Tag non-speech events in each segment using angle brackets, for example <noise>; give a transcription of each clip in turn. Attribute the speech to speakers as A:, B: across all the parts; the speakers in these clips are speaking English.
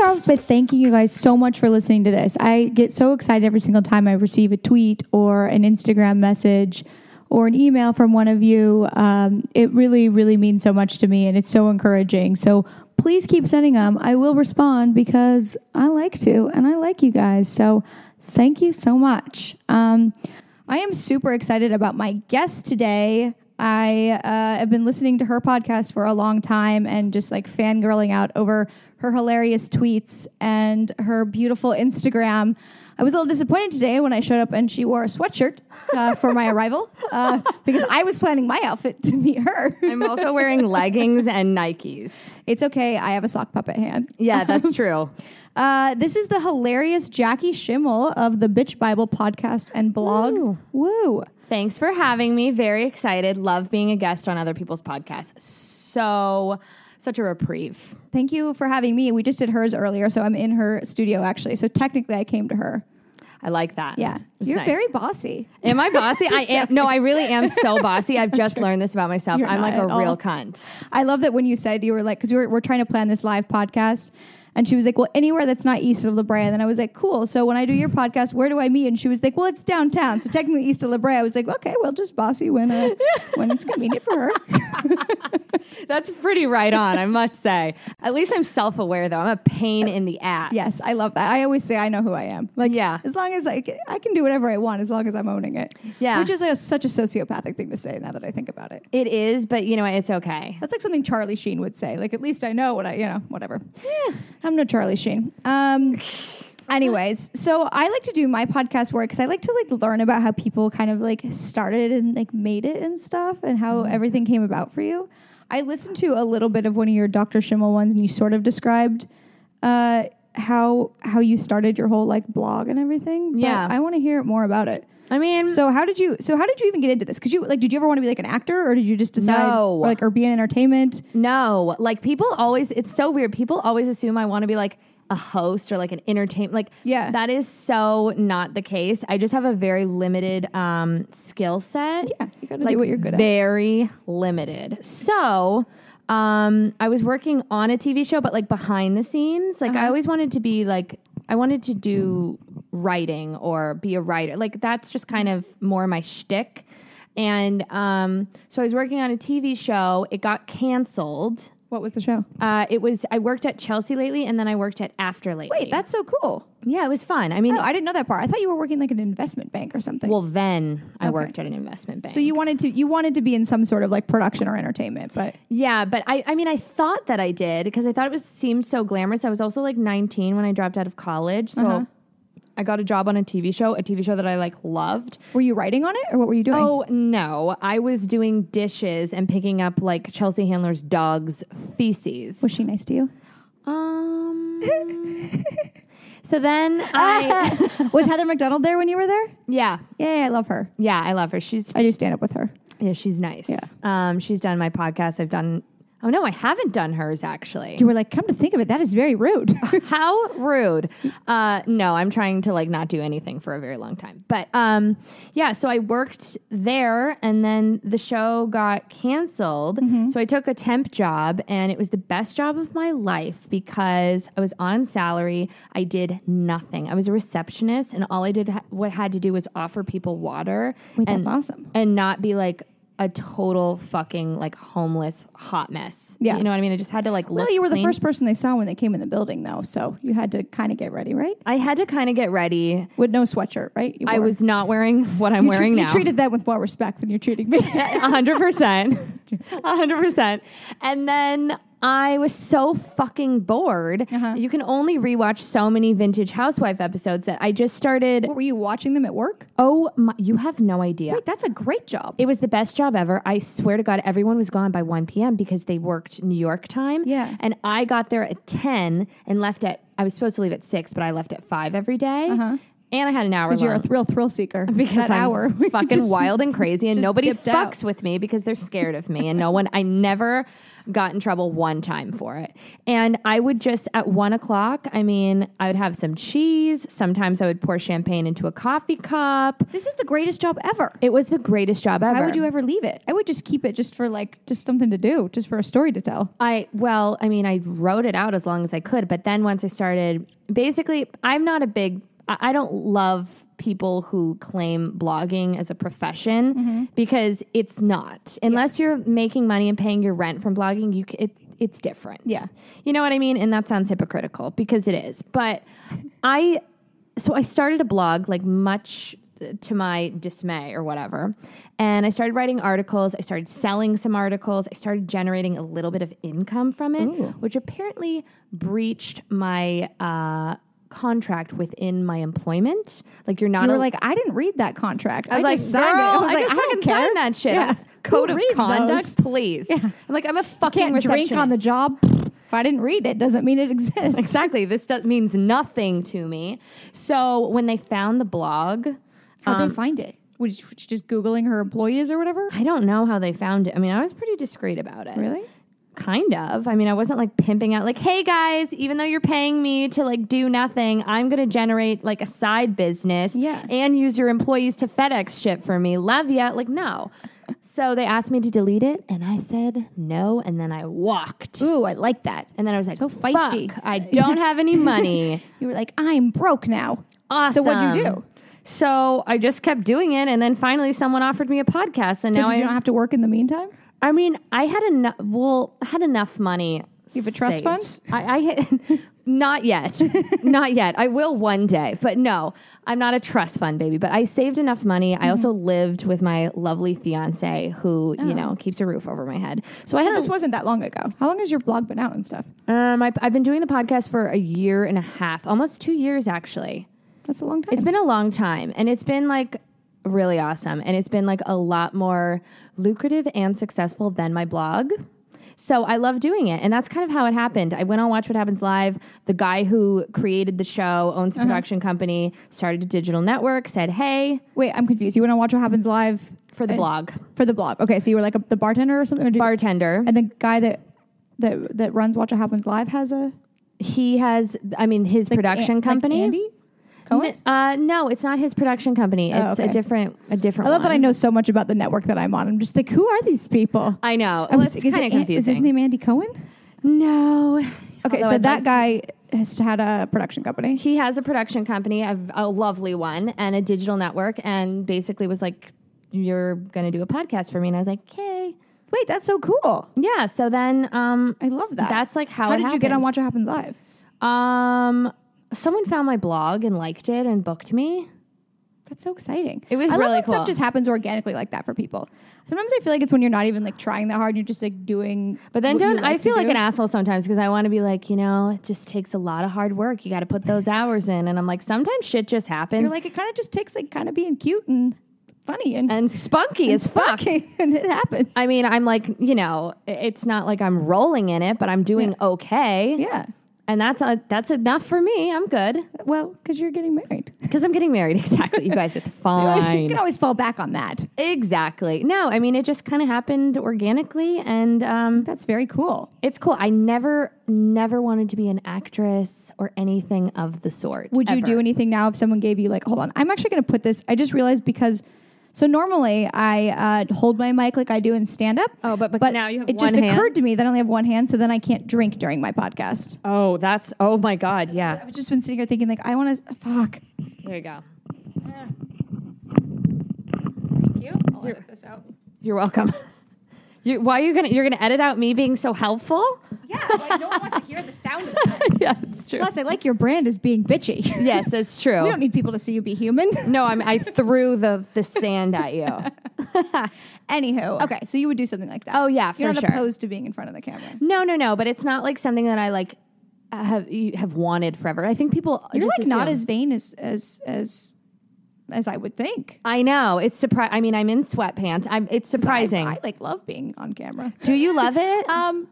A: off with thanking you guys so much for listening to this. I get so excited every single time I receive a tweet or an Instagram message or an email from one of you. Um, it really, really means so much to me and it's so encouraging. So please keep sending them. I will respond because I like to and I like you guys. So thank you so much. Um, I am super excited about my guest today. I uh, have been listening to her podcast for a long time and just like fangirling out over her hilarious tweets and her beautiful Instagram. I was a little disappointed today when I showed up and she wore a sweatshirt uh, for my arrival uh, because I was planning my outfit to meet her.
B: I'm also wearing leggings and Nikes.
A: it's okay, I have a sock puppet hand.
B: Yeah, that's true.
A: Uh, this is the hilarious Jackie Schimmel of the Bitch Bible podcast and blog.
B: Woo.
A: Woo.
B: <laughs> Thanks for having me. Very excited. Love being a guest on other people's podcasts. So, such a reprieve.
A: Thank you for having me. We just did hers earlier, so I'm in her studio actually. So technically, I came to her.
B: I like that.
A: Yeah,
B: It's
A: you're
B: nice.
A: very bossy.
B: Am
A: <laughs>
B: I bossy? I am. No, I really am so bossy. I've just learned this about myself.
A: You're
B: I'm
A: not
B: like a
A: at all.
B: real cunt.
A: I love that when you said you were like, because we were, we're trying to plan this live podcast, and she was like, "Well, anywhere that's not east of La Brea." And then I was like, "Cool." So when I do your podcast, where do I meet? And she was like, "Well, it's downtown, so technically east of La Brea." I was like, "Okay, well, just bossy when uh,
B: <laughs>
A: when it's convenient for her."
B: That's pretty right on, I must say. At least I'm self aware, though. I'm a pain in the ass.
A: Yes, I love that. I always say I know who I am. Like,
B: Yeah.
A: as long as I can, I can do whatever I want, as long as I'm owning it.
B: Yeah.
A: which is a, such a sociopathic thing to say. Now that I think about it.
B: It is, but you know what? It's okay.
A: That's like something Charlie Sheen would say. Like, at least I know what I, you know, whatever. I'm no Charlie Sheen. Um, anyways, so I like to do my podcast work because I like to like learn about how people kind of like started and like made it and stuff, and how everything came about for you. I listened to a little bit of one of your Dr. Schimmel ones, and you sort of described uh, how how you started your whole like blog and everything. but
B: Yeah.
A: I want to hear more about it.
B: I mean,
A: So how did you? So how did you even get into this? Because you like, did you ever want to be like an actor, or did you just decide,
B: No.
A: or, like, or be in entertainment?
B: No, like people always, it's so weird. People always assume I want to be like a host or like an entertainment. Like,
A: Yeah.
B: that is so not the case. I just have a very limited um, skill set.
A: Yeah, you gotta
B: like
A: do what you're good at.
B: Very limited. So, um, I was working on a TV show, but like behind the scenes. Like,
A: Uh-huh.
B: I always wanted to be like, I wanted to do writing or be a writer. Like, that's just kind of more my shtick. And um, so I was working on a TV show. It got canceled.
A: What was the show?
B: Uh, it was I worked at Chelsea lately, and then I worked at After lately.
A: Wait, that's so cool.
B: yeah, it was fun. I mean,
A: Oh, I didn't know that part. I thought you were working like an investment bank or something.
B: well, then I worked at an investment bank.
A: so you wanted to you wanted to be in some sort of like production or entertainment, but
B: yeah, but I I mean I thought that I did because I thought it was seemed so glamorous. I was also like 19 when I dropped out of college, so I got a job on a TV show, a TV show that I like loved.
A: were you writing on it or what were you doing?
B: Oh no, I was doing dishes and picking up like Chelsea Handler's dog's feces.
A: Was she nice to you?
B: um. so then
A: <laughs>
B: I
A: was Heather McDonald there when you were there?
B: yeah
A: Yeah, I love her.
B: yeah I love her. She's
A: I do stand up with her.
B: Yeah, she's nice. Um, she's done my podcast. I've done. Oh no, I haven't done hers actually.
A: You were like, come to think of it, that is very rude. <laughs>
B: How rude. Uh, no, I'm trying to like not do anything for a very long time. But um, yeah, so I worked there and then the show got canceled.
A: Mm-hmm.
B: So I took a temp job and it was the best job of my life because I was on salary. I did nothing. I was a receptionist and all I did ha- what had to do was offer people water
A: Wait, that's
B: and
A: awesome.
B: and not be like a total fucking like homeless hot mess.
A: Yeah.
B: You know what I mean? I just had to like look
A: well, you were
B: clean.
A: the first person they saw when they came in the building, though, so you had to kind of get ready, right?
B: I had to kind of get ready.
A: With no sweatshirt, right? You
B: I
A: wore-
B: was not wearing what I'm
A: you tre-
B: wearing
A: You
B: now. <laughs>
A: treated them with more respect than you're treating me.
B: A hundred
A: <laughs>
B: percent, A hundred percent. And then I was so fucking bored.
A: Uh-huh.
B: You can only rewatch so many Vintage Housewife episodes that I just started.
A: what were you watching them at work?
B: Oh my! You have no idea.
A: Wait, that's a great job.
B: It was the best job ever. I swear to God, everyone was gone by 1 p.m. because they worked New York time.
A: Yeah.
B: And I got there at 10 and left at, I was supposed to leave at 6, but I left at 5 every day. and I had an hour
A: Uh-huh. because you're a
B: long.
A: thrill thrill seeker.
B: because
A: that
B: I'm
A: hour <laughs> we
B: fucking
A: just-
B: wild
A: <laughs>
B: and crazy, and
A: just
B: nobody
A: dipped
B: fucks
A: out.
B: with me because they're scared of me. And no one, I never got in trouble one time for it. And I would just at one o'clock. I mean, I would have some cheese. Sometimes I would pour champagne into a coffee cup.
C: This is the greatest job ever.
B: It was the greatest job ever.
C: Why would you ever leave it?
A: I would just keep it just for like just something to do, just for a story to tell.
B: I well, I mean, I wrote it out as long as I could, but then once I started, basically, I'm not a big. I I don't love people who claim blogging as a profession because it's not. Unless you're making money and paying your rent from blogging, you c- it it's different.
A: Yeah.
B: you know what I mean. And that sounds hypocritical because it is, but I so I started a blog like much uh, to my dismay or whatever. And I started writing articles. I started selling some articles. I started generating a little bit of income from it, which apparently breached my uh, contract within my employment. Like you're not
A: You
B: a-
A: were like, I didn't read that contract.
B: I was like,
A: just
B: girl,
A: signed it.
B: I,
A: I was like,
B: just
A: I
B: fucking
A: don't care.
B: signed that shit.
A: Yeah.
B: Code
A: Who
B: of
A: reads
B: conduct,
A: those?
B: please. I'm like, I'm a fucking
A: Can't drink on the
B: receptionist.
A: job. If I didn't read it, doesn't mean it exists.
B: <laughs> Exactly. This do- means nothing to me. So when they found the blog,
A: How'd they find it? Was she was she just googling her employees or
B: <sighs>
A: whatever?
B: I don't know how they found it. I mean, I was pretty discreet about it.
A: Really?
B: Kind of. I mean, I wasn't like pimping out like, "Hey guys, even though you're paying me to like do nothing, I'm going to generate like a side business
A: Yeah.
B: and use your employees to FedEx shit for me. Love ya." Like, no.
A: <laughs>
B: so they asked me to delete it, and I said no, and then I walked.
A: Ooh, I like that.
B: And then I was like,
A: So feisty.
B: "Fuck, I don't have
A: <laughs>
B: any money."
A: You were like, I'm broke now.
B: awesome.
A: So what'd you do?
B: So I just kept doing it, and then finally someone offered me a podcast, and
A: So
B: now
A: did
B: I
A: you not have to work in the meantime?
B: I mean, I had enough. Well, I had enough money.
A: You have a trust
B: saved.
A: fund?
B: I, I had- <laughs> not yet, not yet. I will one day, but no, I'm not a trust fund baby. But I saved enough money.
A: Mm-hmm.
B: I also lived with my lovely fiance, who you
A: Oh.
B: know keeps a roof over my head. So I
A: So
B: had
A: this wasn't that long ago. How long has your blog been out and stuff?
B: um, I, I've been doing the podcast for a year and a half, almost two years actually.
A: That's a long time.
B: It's been a long time, and it's been like really awesome, and it's been like a lot more lucrative and successful than my blog. So I love doing it, and that's kind of how it happened. I went on Watch What Happens Live. The guy who created the show owns a
A: Uh-huh.
B: production company, started a digital network, said, "Hey,
A: Wait, I'm confused. You went on Watch What Happens Live
B: for the
A: and-
B: blog
A: For the blog. Okay, so you were like a, the bartender or something? Or did-
B: bartender."
A: and the guy that, that that runs Watch What Happens Live has a
B: He has, I mean, his production
A: An- like
B: company.
A: Andy? Cohen?
B: N- uh, no, it's not his production company.
A: Oh,
B: It's a
A: okay.
B: different, a different.
A: I love that I
B: one.
A: know so much about the network that I'm on. I'm just like, who are these people?
B: I know.
A: I
B: Well,
A: was-
B: it's
A: Oh, is it
B: kind of
A: An- Is his
B: confusing.
A: name Andy Cohen?
B: no.
A: Okay,
B: Although
A: so
B: I'd
A: that
B: like to-
A: guy has had a production company.
B: he has a production company, a, a lovely one, and a digital network, and basically was like, "You're going to do a podcast for me," and I was like, "Okay."
A: Wait, that's so cool.
B: Yeah. So then, um,
A: I love that.
B: That's like how
A: How
B: it
A: did you get on
B: happened.
A: Watch What Happens Live?
B: um, someone found my blog and liked it and booked me.
A: That's so exciting.
B: It was
A: I
B: really
A: love when
B: cool.
A: stuff just happens organically like that for people. Sometimes I feel like it's when you're not even like trying that hard. You're just like doing.
B: But then,
A: what you
B: don't I
A: like to
B: feel like
A: do.
B: an asshole sometimes because I want to be like, you know, it just takes a lot of hard work. You got to put those hours in, and I'm like, sometimes shit just happens.
A: You're like it kind of just takes like kind of being cute and funny and,
B: and spunky as fuck.
A: fucking <laughs> and it happens.
B: I mean, I'm like, you know, i- it's not like I'm rolling in it, but I'm doing okay.
A: yeah.
B: and that's uh that's enough for me. I'm good
A: Well, because you're getting married. <laughs>
B: because I'm getting married. <laughs> Exactly, you guys. It's
A: you
B: fine.
A: can always fall back on that.
B: exactly. No, I mean it just kind of happened organically, and um,
A: That's very cool.
B: it's cool. I never, never wanted to be an actress or anything of the sort.
A: Would you
B: ever.
A: do anything now if someone gave you like, hold on, I'm actually going to put this. I just realized because. So normally I uh, hold my mic like I do in stand up.
B: Oh, but- but now you have
A: it just
B: one hand.
A: occurred to me that I only have one hand, so then I can't drink during my podcast.
B: Oh, that's. Oh my God. Yeah.
A: I've just been sitting here thinking like I want to fuck.
B: There you go.
A: Thank you. I'll edit this out.
B: You're welcome. <laughs> You, why are you gonna you're gonna edit out me being
A: <laughs>
B: so helpful?
A: Yeah, like no one wants to hear the sound of that.
B: yeah, it's true.
A: Plus, I like your brand as being
B: <laughs>
A: bitchy.
B: Yes, that's true.
A: we don't need people to see you be human. <laughs>
B: no, I'm, I threw the the stand at you.
A: Anywho, okay, so you would do something like that.
B: Oh, yeah,
A: you're
B: for
A: not
B: sure.
A: opposed to being in front of the camera.
B: No, no, no. But it's not like something that I like have you have wanted forever. I think people
A: You're
B: just
A: like not
B: assume-
A: as vain as as as as I would think.
B: I know it's surpri I mean, I'm in sweatpants. I'm. It's surprising.
A: I, I like love being on camera.
B: Do you love it?
A: <laughs> Um,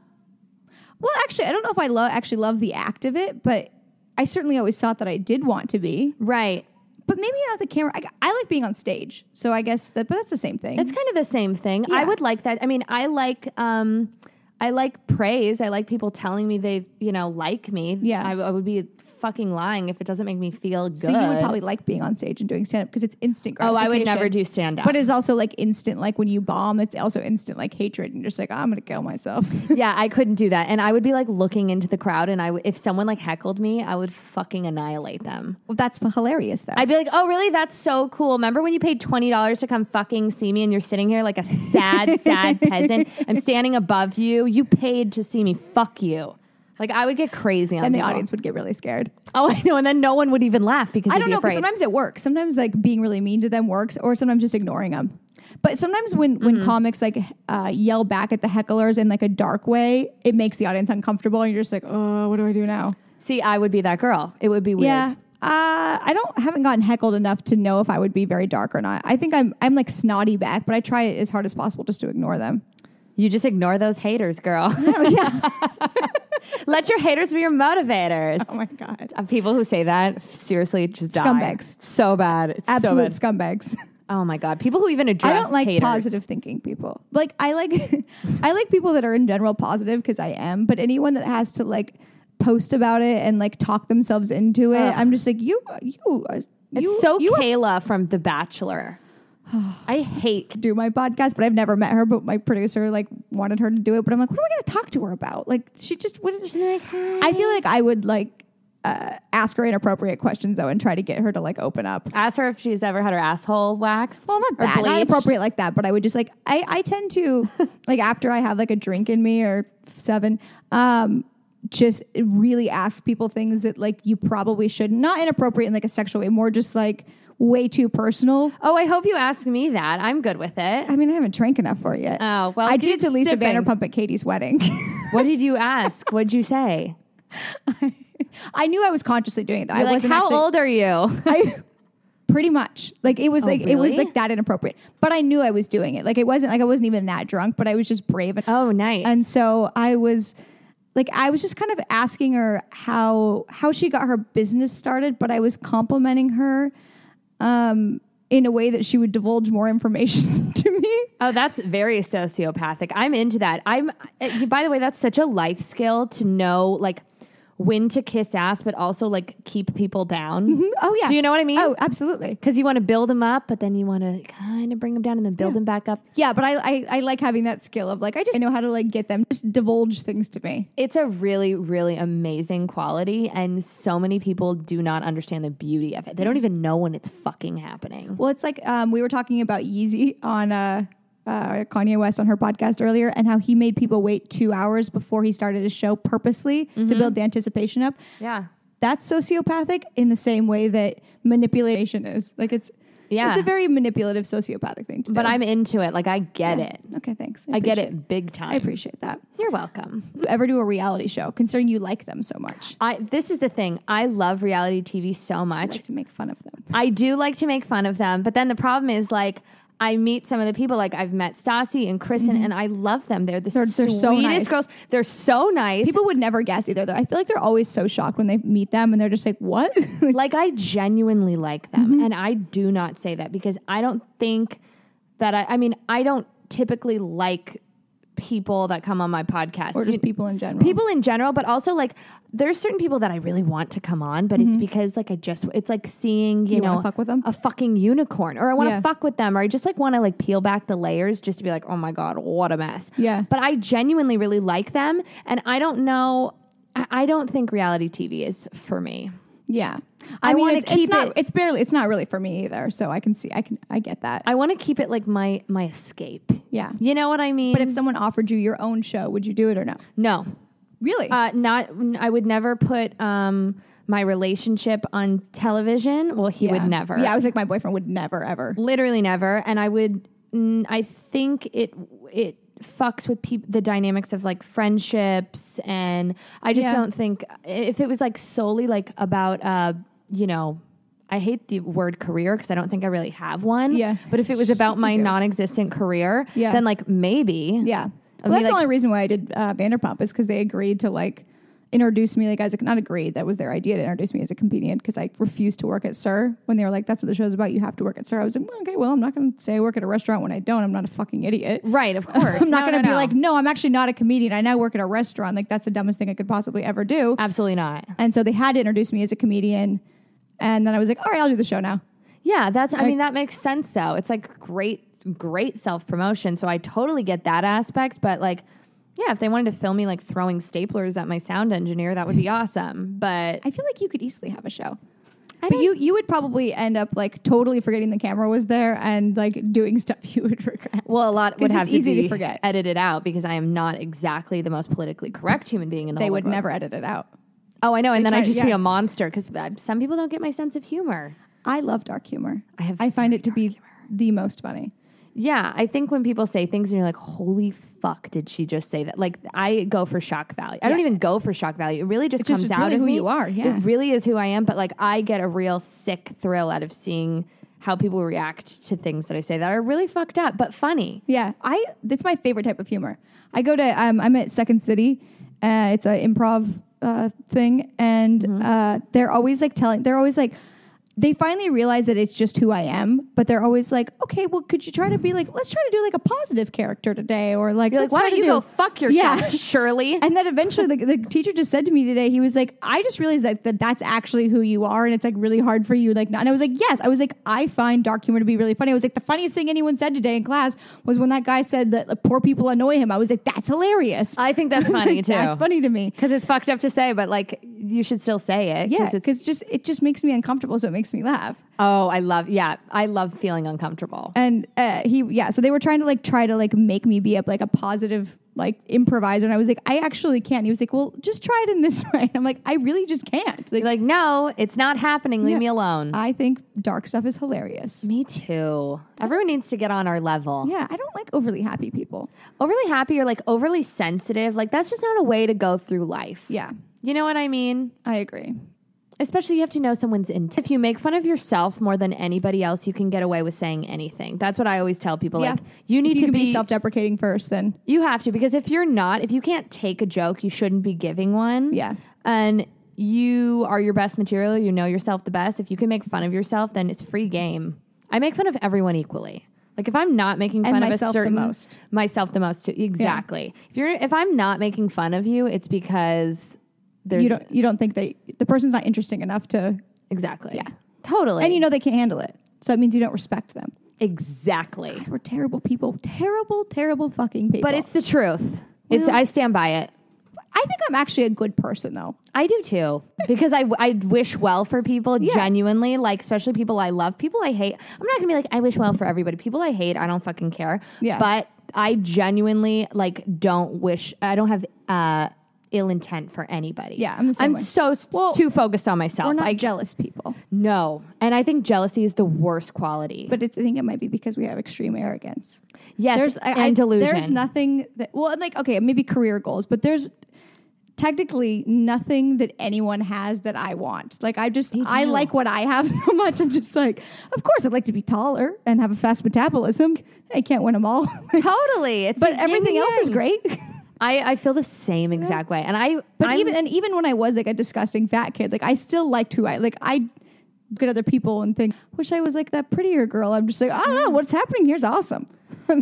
A: well, actually, I don't know if I love actually love the act of it, but I certainly always thought that I did want to be.
B: right.
A: But maybe not the camera. I, I like being on stage, so I guess that. But that's the same thing.
B: It's kind of the same thing. I
A: Yeah.
B: would like that. I mean, I like um I like praise. I like people telling me they, you know, like me.
A: Yeah.
B: I, I would be fucking lying if it doesn't make me feel good.
A: so you would probably like being on stage and doing stand up because it's instant
B: Oh,
A: gratification.
B: I would never do stand up.
A: But it's also like instant. Like when you bomb, it's also instant like hatred and you're just like "Oh, I'm gonna kill myself.
B: yeah, I couldn't do that. And I would be like looking into the crowd and I w- if someone like heckled me, I would fucking annihilate them.
A: well, that's hilarious though.
B: I'd be like, "Oh, really? That's so cool. Remember when you paid $20 to come fucking see me and you're sitting here like a sad,
A: <laughs>
B: sad peasant. I'm standing above you. You paid to see me. Fuck you." Like I would get crazy on
A: and the
B: people.
A: audience would get really scared.
B: Oh, I know. And then no one would even laugh because
A: I
B: they'd
A: don't
B: be
A: know. 'cause
B: afraid.
A: Sometimes it works. Sometimes like being really mean to them works, or sometimes just ignoring them. But sometimes when
B: Mm.
A: when comics like uh, yell back at the hecklers in like a dark way, it makes the audience uncomfortable, and you're just like, oh, what do I do now?
B: See, I would be that girl. It would be weird.
A: Yeah. Uh, I don't haven't gotten heckled enough to know if I would be very dark or not. I think I'm I'm like snotty back, but I try as hard as possible just to ignore them.
B: You just ignore those
A: <laughs>
B: haters, girl.
A: yeah.
B: <laughs> Let your haters be your motivators.
A: Oh my god.
B: Uh, People who say that seriously just die.
A: Scumbags.
B: So bad. It's so
A: Absolute
B: bad.
A: scumbags.
B: Oh my god. People who even address
A: I don't like
B: haters.
A: positive thinking people. Like I like <laughs> I like people that are in general positive because I am, but anyone that has to like post about it and like talk themselves into it,
B: Ugh.
A: I'm just like you you are-
B: It's
A: you
B: so
A: you
B: Kayla from The Bachelor.
A: <sighs>
B: I hate.
A: do my podcast, but I've never met her, but my producer like wanted her to do it, but I'm like what am I going to talk to her about? Like she just what is I
B: Mm.
A: feel like I would like uh, ask her inappropriate questions though and try to get her to like open up.
B: Ask her if she's ever had her asshole waxed.
A: Well, not
B: or
A: that, not
B: bleached.
A: appropriate like that, but I would just like I, I tend
B: <laughs>
A: to like after I have like a drink in me or seven, um, just really ask people things that like you probably should not inappropriate in like a sexual way, more just like way too personal.
B: Oh, I hope you ask me that. I'm good with it.
A: I mean, I haven't drank enough for it yet.
B: Oh, well,
A: I did it
B: keep
A: to Lisa
B: sipping.
A: Vanderpump at Katie's wedding. <laughs>
B: What did you ask? What'd you say?
A: I knew I was consciously doing it though. I
B: You're like,
A: wasn't
B: how
A: actually,
B: old are you?
A: <laughs> I pretty much like it was like it was
B: really?
A: like that inappropriate. But I knew I was doing it. Like it wasn't like I wasn't even that drunk, but I was just brave. And,
B: Oh, nice.
A: and so I was like I was just kind of asking her how how she got her business started, but I was complimenting her um in a way that she would divulge more information <laughs> to me.
B: Oh, that's very sociopathic. I'm into that. I'm. uh, By the way, that's such a life skill to know, like when to kiss ass, but also like keep people down.
A: Oh yeah.
B: Do you know what I mean?
A: Oh, absolutely.
B: Because you want to build them up, but then you want to kind of bring them down and then build them back up.
A: Yeah, but I, I I like having that skill of like I just I know how to like get them just divulge things to me.
B: It's a really, really amazing quality, and so many people do not understand the beauty of it. They don't even know when it's fucking happening.
A: Well, it's like um, we were talking about Yeezy on uh, uh, Kanye West on her podcast earlier, and how he made people wait two hours before he started his show purposely to build the anticipation up.
B: Yeah.
A: That's sociopathic in the same way that manipulation is. Like it's
B: Yeah.
A: it's a very manipulative sociopathic thing to
B: But
A: do.
B: I'm into it. Like I get it.
A: okay. Thanks.
B: I get
A: appreciate-
B: it big time.
A: I appreciate that.
B: You're welcome.
A: Do you ever do a reality show? Considering you like them so much,
B: I this is the thing. I love reality TV so
A: I
B: much.
A: like to make fun of them.
B: I do like to make fun of them, but then the problem is like I meet some of the people like I've met Stassi and Kristen, and I love them. Mm-hmm. They're the
A: they're
B: sweetest
A: so nice.
B: girls. They're so nice.
A: People would never guess either, though. I feel like they're always so shocked when they meet them, and they're just like, "What?" <laughs> Like,
B: like I genuinely like them,
A: Mm-hmm.
B: and I do not say that because I don't think that I. I mean, I don't typically like people that come on my podcast
A: or
B: You-
A: just people in general.
B: people in general but also like there's certain people that i really want to come on but it's because like i just it's like seeing you,
A: Mm-hmm. You wanna
B: know
A: fuck with them?
B: a fucking unicorn or i want to
A: Yeah.
B: fuck with them or i just like want to like peel back the layers just to be like oh my god what a mess
A: Yeah.
B: but i genuinely really like them and i don't know i, I don't think reality tv is for me
A: Yeah.
B: I wanna
A: it's,
B: keep
A: it's not,
B: it-
A: It's barely. It's not really for me either. So I can see. I can. I get that.
B: i want to keep it like my my escape
A: yeah.
B: you know what i mean
A: But if someone offered you your own show, would you do it or no?
B: no
A: Really?
B: Uh, not, n- I would never put um, my relationship on television. Well, he would never.
A: Yeah. I was like, my boyfriend would never ever.
B: literally never. And I would, mm, I think it it fucks with peop the dynamics of like friendships, and I just
A: Yeah.
B: don't think if it was like solely like about uh, you know. I hate the word career because I don't think I really have one.
A: Yeah.
B: But if it was about
A: you
B: my
A: do.
B: non-existent career,
A: Yeah.
B: then like maybe.
A: Yeah.
B: I
A: Well,
B: mean,
A: that's the
B: like-
A: only reason why I did uh, Vanderpump is because they agreed to like introduced me like as a not agreed that was their idea to introduce me as a comedian because I refused to work at Sir when they were like that's what the show's about you have to work at Sir I was like well, okay well I'm not going to say I work at a restaurant when I don't I'm not a fucking idiot
B: Right, <laughs> of course.
A: I'm not
B: No,
A: going to
B: no,
A: be
B: no.
A: like no I'm actually not a comedian I now work at a restaurant like that's the dumbest thing I could possibly ever do
B: Absolutely not.
A: and so they had to introduce me as a comedian and then I was like all right I'll do the show now
B: Yeah, that's. I mean, that makes sense though. It's like great, great self promotion. So I totally get that aspect. But like, yeah, if they wanted to film me like throwing staplers at my sound engineer, that would be awesome. But
A: I feel like you could easily have a show. but you you would probably end up like totally forgetting the camera was there and like doing <laughs> stuff you would regret.
B: well, a lot would
A: 'Cause
B: have
A: it's
B: to
A: easy to
B: be
A: forget.
B: edited out because I am not exactly the most politically correct human being in the
A: They
B: whole
A: would
B: world.
A: never edit it out.
B: Oh, I know. And then I
A: try to-
B: just be
A: yeah.
B: a monster because some people don't get my sense of humor.
A: I love dark humor.
B: I have
A: I find it to be the most funny.
B: Yeah, I think when people say things and you're like, "Holy fuck, did she just say that?" Like, I go for shock value. I don't
A: Yeah.
B: even go for shock value. It really just
A: It's just-
B: comes
A: it's
B: out
A: really
B: of
A: who
B: me.
A: you are, yeah.
B: it really is who I am. But like, I get a real sick thrill out of seeing how people react to things that I say that are really fucked up but funny.
A: Yeah, I that's my favorite type of humor. I go to um, I'm at Second City. Uh, it's an improv uh, thing, and
B: Mm-hmm.
A: uh, they're always like telling. They're always like. They finally realize that it's just who I am, but they're always like, "Okay, well, could you try to be like, let's try to do like a positive character today, or like,
B: You're
A: let's
B: like,
A: try
B: why don't
A: to
B: you
A: do-
B: go fuck yourself,
A: Yeah. <laughs>
B: Shirley?
A: And then eventually, the, the teacher just said to me today, he was like, I just realized that, that that's actually who you are. And it's like really hard for you. Like, not- and I was like, yes. I was like, I find dark humor to be really funny. I was like, the funniest thing anyone said today in class was when that guy said that like, poor people annoy him. I was like, that's hilarious.
B: I think that's funny Uh,
A: <laughs>
B: too.
A: That's funny to me.
B: because it's fucked up to say, but like, you should still say it.
A: Yeah.
B: 'cause it's-
A: Because just, it just makes me uncomfortable. So it makes me laugh.
B: oh, I love. Yeah, I love feeling uncomfortable.
A: and uh, he yeah so they were trying to like try to like make me be up like a positive like improviser and i was like i actually can't he was like well just try it in this <laughs> way i'm like i really just can't like,
B: You're like, no, it's not happening. Leave
A: Yeah.
B: me alone.
A: i think dark stuff is hilarious
B: Me too. Everyone needs to get on our level.
A: yeah i don't like overly happy people
B: Overly happy or like overly sensitive, like that's just not a way to go through life.
A: yeah
B: You know what I mean?
A: i agree
B: Especially you have to know someone's intent. If you make fun of yourself more than anybody else, you can get away with saying anything. That's what I always tell people.
A: Yeah.
B: Like you need
A: if you
B: to
A: can be,
B: be
A: self-deprecating first then
B: you have to because if you're not, if you can't take a joke, you shouldn't be giving one.
A: Yeah.
B: And you are your best material. You know yourself the best. If you can make fun of yourself, then it's free game. I make fun of everyone equally. Like if I'm not making
A: And
B: fun of a
A: myself the
B: certain
A: most.
B: myself the most too. Exactly. If you're if I'm not making fun of you, it's because there's
A: you don't you don't think that the person's not interesting enough to
B: exactly. Yeah. Totally.
A: and you know they can't handle it so it means you don't respect them
B: exactly.
A: we're terrible people terrible terrible fucking people
B: But it's the truth. It's I stand by it.
A: i think i'm actually a good person though
B: I do too because I, I wish well for people genuinely, like especially people I love, people I hate. I'm not gonna be like I wish well for everybody. People I hate, I don't fucking care.
A: Yeah.
B: but I genuinely like don't wish. I don't have uh, ill intent for anybody.
A: Yeah, I'm the same
B: I'm
A: way.
B: so s- too focused on myself.
A: we're not
B: I
A: jealous people
B: no, and I think jealousy is the worst quality.
A: But it's, I think it might be because we have extreme arrogance.
B: yes,
A: There's I,
B: and
A: I-
B: delusion.
A: There's nothing that well, and like okay, maybe career goals, but there's technically nothing that anyone has that I want. Like I just I
B: too.
A: like what I have <laughs> so much. I'm just like, of course, I'd like to be taller and have a fast metabolism. I can't win them all, <laughs>
B: Totally, it's a
A: but
B: yin
A: everything
B: and
A: else is
B: yang.
A: great. <laughs>
B: I, I feel the same exact way, and I
A: But
B: I'm-
A: even and even when I was like a disgusting fat kid, like I still liked who I like. I look at other people and think, wish I was like that prettier girl. I'm just like, I don't
B: Mm-hmm.
A: know what's happening here's awesome.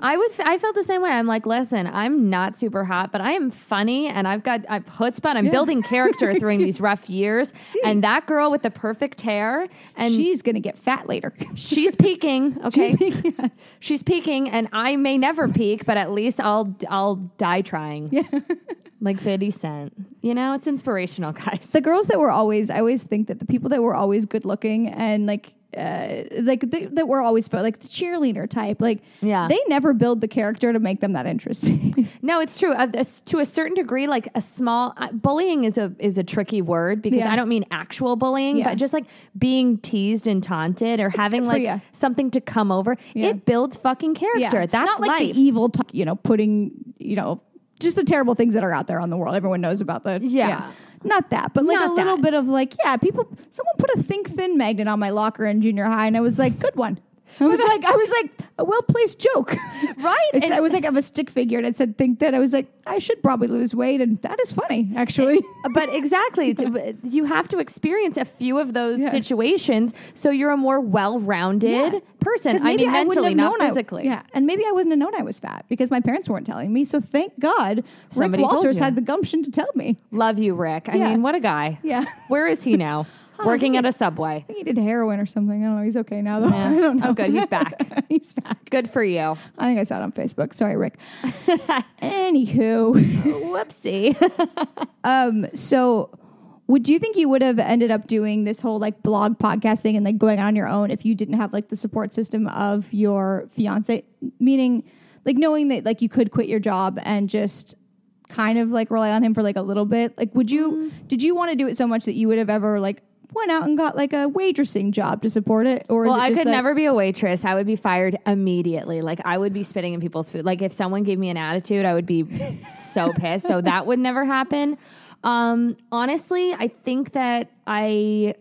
B: I would. f- I felt the same way. I'm like, listen, I'm not super hot, but I am funny, and I've got I've chutzpah. and I'm building character <laughs> during these rough years. And that girl with the perfect hair, and
A: She's gonna get fat later. <laughs>
B: she's peaking. Okay, <laughs> she's,
A: yes.
B: peaking, and I may never peak, but at least I'll I'll die trying. Yeah. like Fifty Cent. You know, it's inspirational, guys.
A: The girls that were always, I always think that the people that were always good looking and like, uh, like they, that were always fo- like the cheerleader type, like
B: Yeah.
A: they never build the character to make them that interesting. <laughs>
B: No, it's true. Uh, this- to a certain degree, like a small uh, bullying is a is a tricky word because
A: Yeah.
B: I don't mean actual bullying,
A: Yeah.
B: but just like being teased and taunted or having
A: for
B: like
A: ya.
B: something to come over.
A: Yeah.
B: It builds fucking character. That's
A: not like <laughs>
B: life.
A: the evil, t- you know, putting, you know, just the terrible things that are out there on the world. Everyone knows about the
B: Yeah.
A: Not that, but like
B: Not
A: a little
B: that.
A: bit of like, yeah, people. Someone put a think thin magnet on my locker in junior high, and I was like, "Good one." I
B: <laughs>
A: was like, I was like a well placed joke,
C: Right?
A: It's,
C: And-
A: I was like, I have a stick figure, and it said think that. I was like, I should probably lose weight, and that is funny actually.
B: but exactly it's- but you have to experience a few of those
A: Yeah.
B: situations so you're a more well-rounded
A: Yeah.
B: person
A: <laughs> 'Cause
B: i
A: maybe
B: mean
A: wouldn't
B: mentally
A: have
B: not
A: known I-
B: physically
A: yeah, and maybe I wouldn't have known I was fat because my parents weren't telling me. So thank God
B: Somebody
A: Rick
B: told
A: Walters
B: you.
A: had the gumption to tell me.
B: love you rick i
A: Yeah.
B: mean what a guy <laughs>
A: Yeah.
B: where is he
A: <laughs>
B: now working at a subway
A: I think he did heroin or something. I don't know. He's okay now though. <laughs> I don't know.
B: oh good he's back
A: <laughs> He's back.
B: good for you
A: I think I saw it on Facebook. Sorry, Rick.
B: <laughs>
A: Anywho,
B: whoopsie
A: um, so would you think you would have ended up doing this whole like blog podcast thing and like going on your own if you didn't have like the support system of your fiance? Meaning, like knowing that like you could quit your job and just kind of like rely on him for like a little bit. Like, would you?
B: Mm-hmm.
A: Did you want to do it so much that you would have ever like went out and got like a waitressing job to support it? Or is
B: well
A: it
B: i
A: just,
B: could
A: like-
B: never be a waitress i would be fired immediately like i would be spitting in people's food like if someone gave me an attitude i would be
A: <laughs>
B: so pissed so that would never happen um honestly i think that i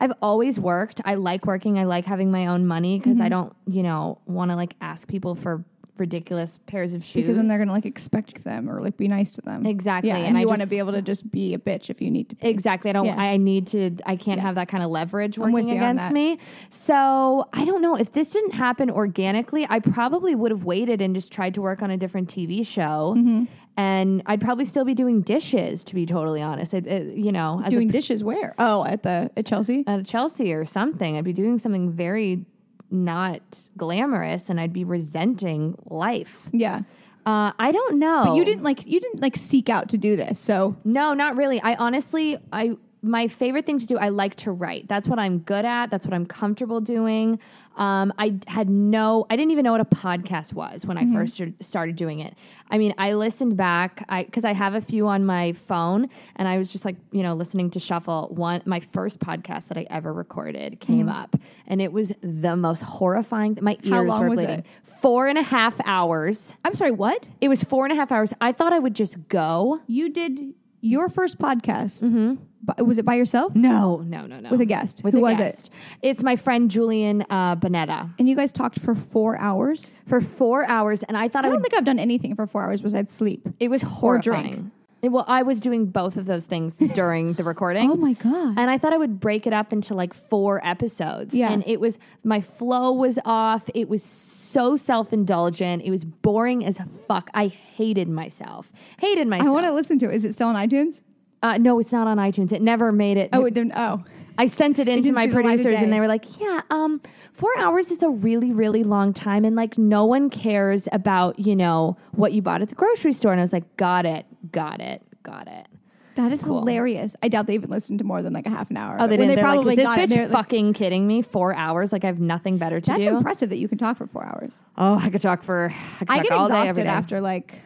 B: I've always worked. I like working. I like having my own money because
A: Mm-hmm.
B: I don't, you know, want to like ask people for ridiculous pairs of shoes.
A: because then they're gonna like expect them or like be nice to them.
B: Exactly,
A: Yeah, and,
B: and I
A: you want to
B: just-
A: be able to just be a bitch if you need
B: <laughs>
A: to. Be.
B: Exactly. I don't.
A: Yeah.
B: I need to. I can't have that kind of leverage
A: I'm with
B: working
A: you on
B: against
A: that.
B: me. So I don't know if this didn't happen organically. I probably would have waited and just tried to work on a different TV show,
A: Mm-hmm.
B: and I'd probably still be doing dishes. To be totally honest, it, it- you know, as
A: Doing dishes where? Oh, at the at Chelsea.
B: a, at Chelsea or something, I'd be doing something very not glamorous, and I'd be resenting life.
A: yeah,
B: Uh, I don't know.
A: you didn't like you didn't like seek out to do this. So
B: No, not really. I honestly, I my favorite thing to do. I like to write. That's what I'm good at. That's what I'm comfortable doing. Um, I had no. I didn't even know what a podcast was when
A: Mm-hmm.
B: I first st- started doing it. I mean, I listened back. I because I have a few on my phone, and I was just like, you know, listening to Shuffle. One, my first podcast that I ever recorded came up, and it was the most horrifying. My ears
A: Mm-hmm. How long
B: were
A: was
B: bleeding.
A: it?
B: Four and a half hours.
A: I'm sorry. What
B: It was four and a half hours. I thought I would just go.
A: you did your first podcast? By, was it by yourself
B: No, no, no, no.
A: with a guest?
B: Mm-hmm. With
A: Who
B: a
A: was it?
B: guest. It's my friend Julian uh, Bonetta
A: And you guys talked for four hours.
B: for four hours, and I thought I,
A: I
B: would,
A: don't think I've done anything for four hours besides sleep.
B: it was
A: drink.
B: horrifying. It- well, I was doing both of those <laughs> things during the recording.
A: Oh my God.
B: And I thought I would break it up into like four episodes.
A: Yeah.
B: And it was my flow was off. It was so self indulgent. It was boring as fuck. I hated myself. Hated
A: I
B: myself.
A: want to listen to it. Is it still on iTunes?
B: uh, no, it's not on iTunes. It never made it.
A: Oh, it didn't. Oh,
B: I sent it in to
A: didn't
B: my
A: see the light of
B: producers
A: day.
B: and they were like, "Yeah, um 4 hours is a really really long time and like no one cares about, you know, what you bought at the grocery store." And I was like, "Got it. Got it. Got it."
A: that is hilarious. I doubt they even listened to more than like a half an hour.
B: Oh, they didn't.
A: They
B: They're
A: probably
B: like, "Is
A: got it.
B: this
A: They're
B: bitch
A: like,
B: fucking kidding me? 4 hours? Like I have nothing better to
A: That's
B: do."
A: impressive that you can talk for four hours.
B: oh, I could talk for I, could
A: I
B: talk
A: get
B: all day, every
A: exhausted
B: day.
A: after like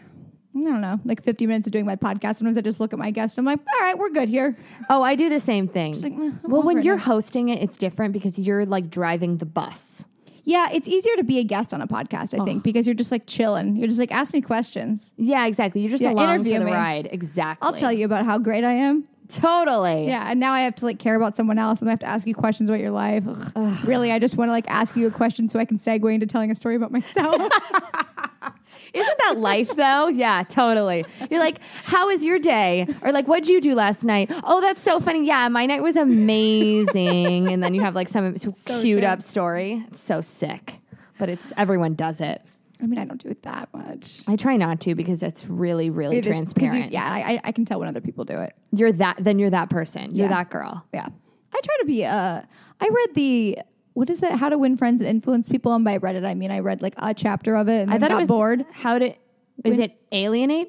A: I don't know, like 50 minutes of doing my podcast. Sometimes I just look at my guest. I'm like, all right, we're good here.
B: Oh, I do the same thing.
A: like, "Meh, I'm
B: well, when
A: over it
B: you're
A: now."
B: hosting it, it's different because you're like driving the bus.
A: Yeah, it's easier to be a guest on a podcast, I think, because you're just like chilling. You're just like, ask me questions.
B: Yeah, exactly. You're just
A: Yeah,
B: along
A: interview
B: for the
A: me.
B: ride. Exactly.
A: I'll tell you about how great I am.
B: Totally.
A: Yeah, and now I have to like care about someone else, and I have to ask you questions about your life. Ugh. Really, I just want to like ask you a question so I can segue into telling a story about <laughs> myself.
B: Isn't that life though? Yeah, totally. You're like, how was your day? Or like, what'd you do last night? Oh, that's so funny. Yeah, my night was amazing. and then you have
A: <laughs>
B: like some queued
A: true.
B: up story. It's so sick. But it's everyone does it.
A: I mean, I don't do it that much.
B: I try not to because it's really, really
A: It is- 'cause you-
B: transparent.
A: yeah, I, I- I can tell when other people do it.
B: You're that then you're that person. You're
A: Yeah.
B: that girl.
A: Yeah. I try to be uh I read the what is that how to win friends and influence people and by reddit I mean I read like a chapter of it and
B: I
A: I
B: thought
A: got
B: it was <laughs>
A: bored.
B: How to is it alienate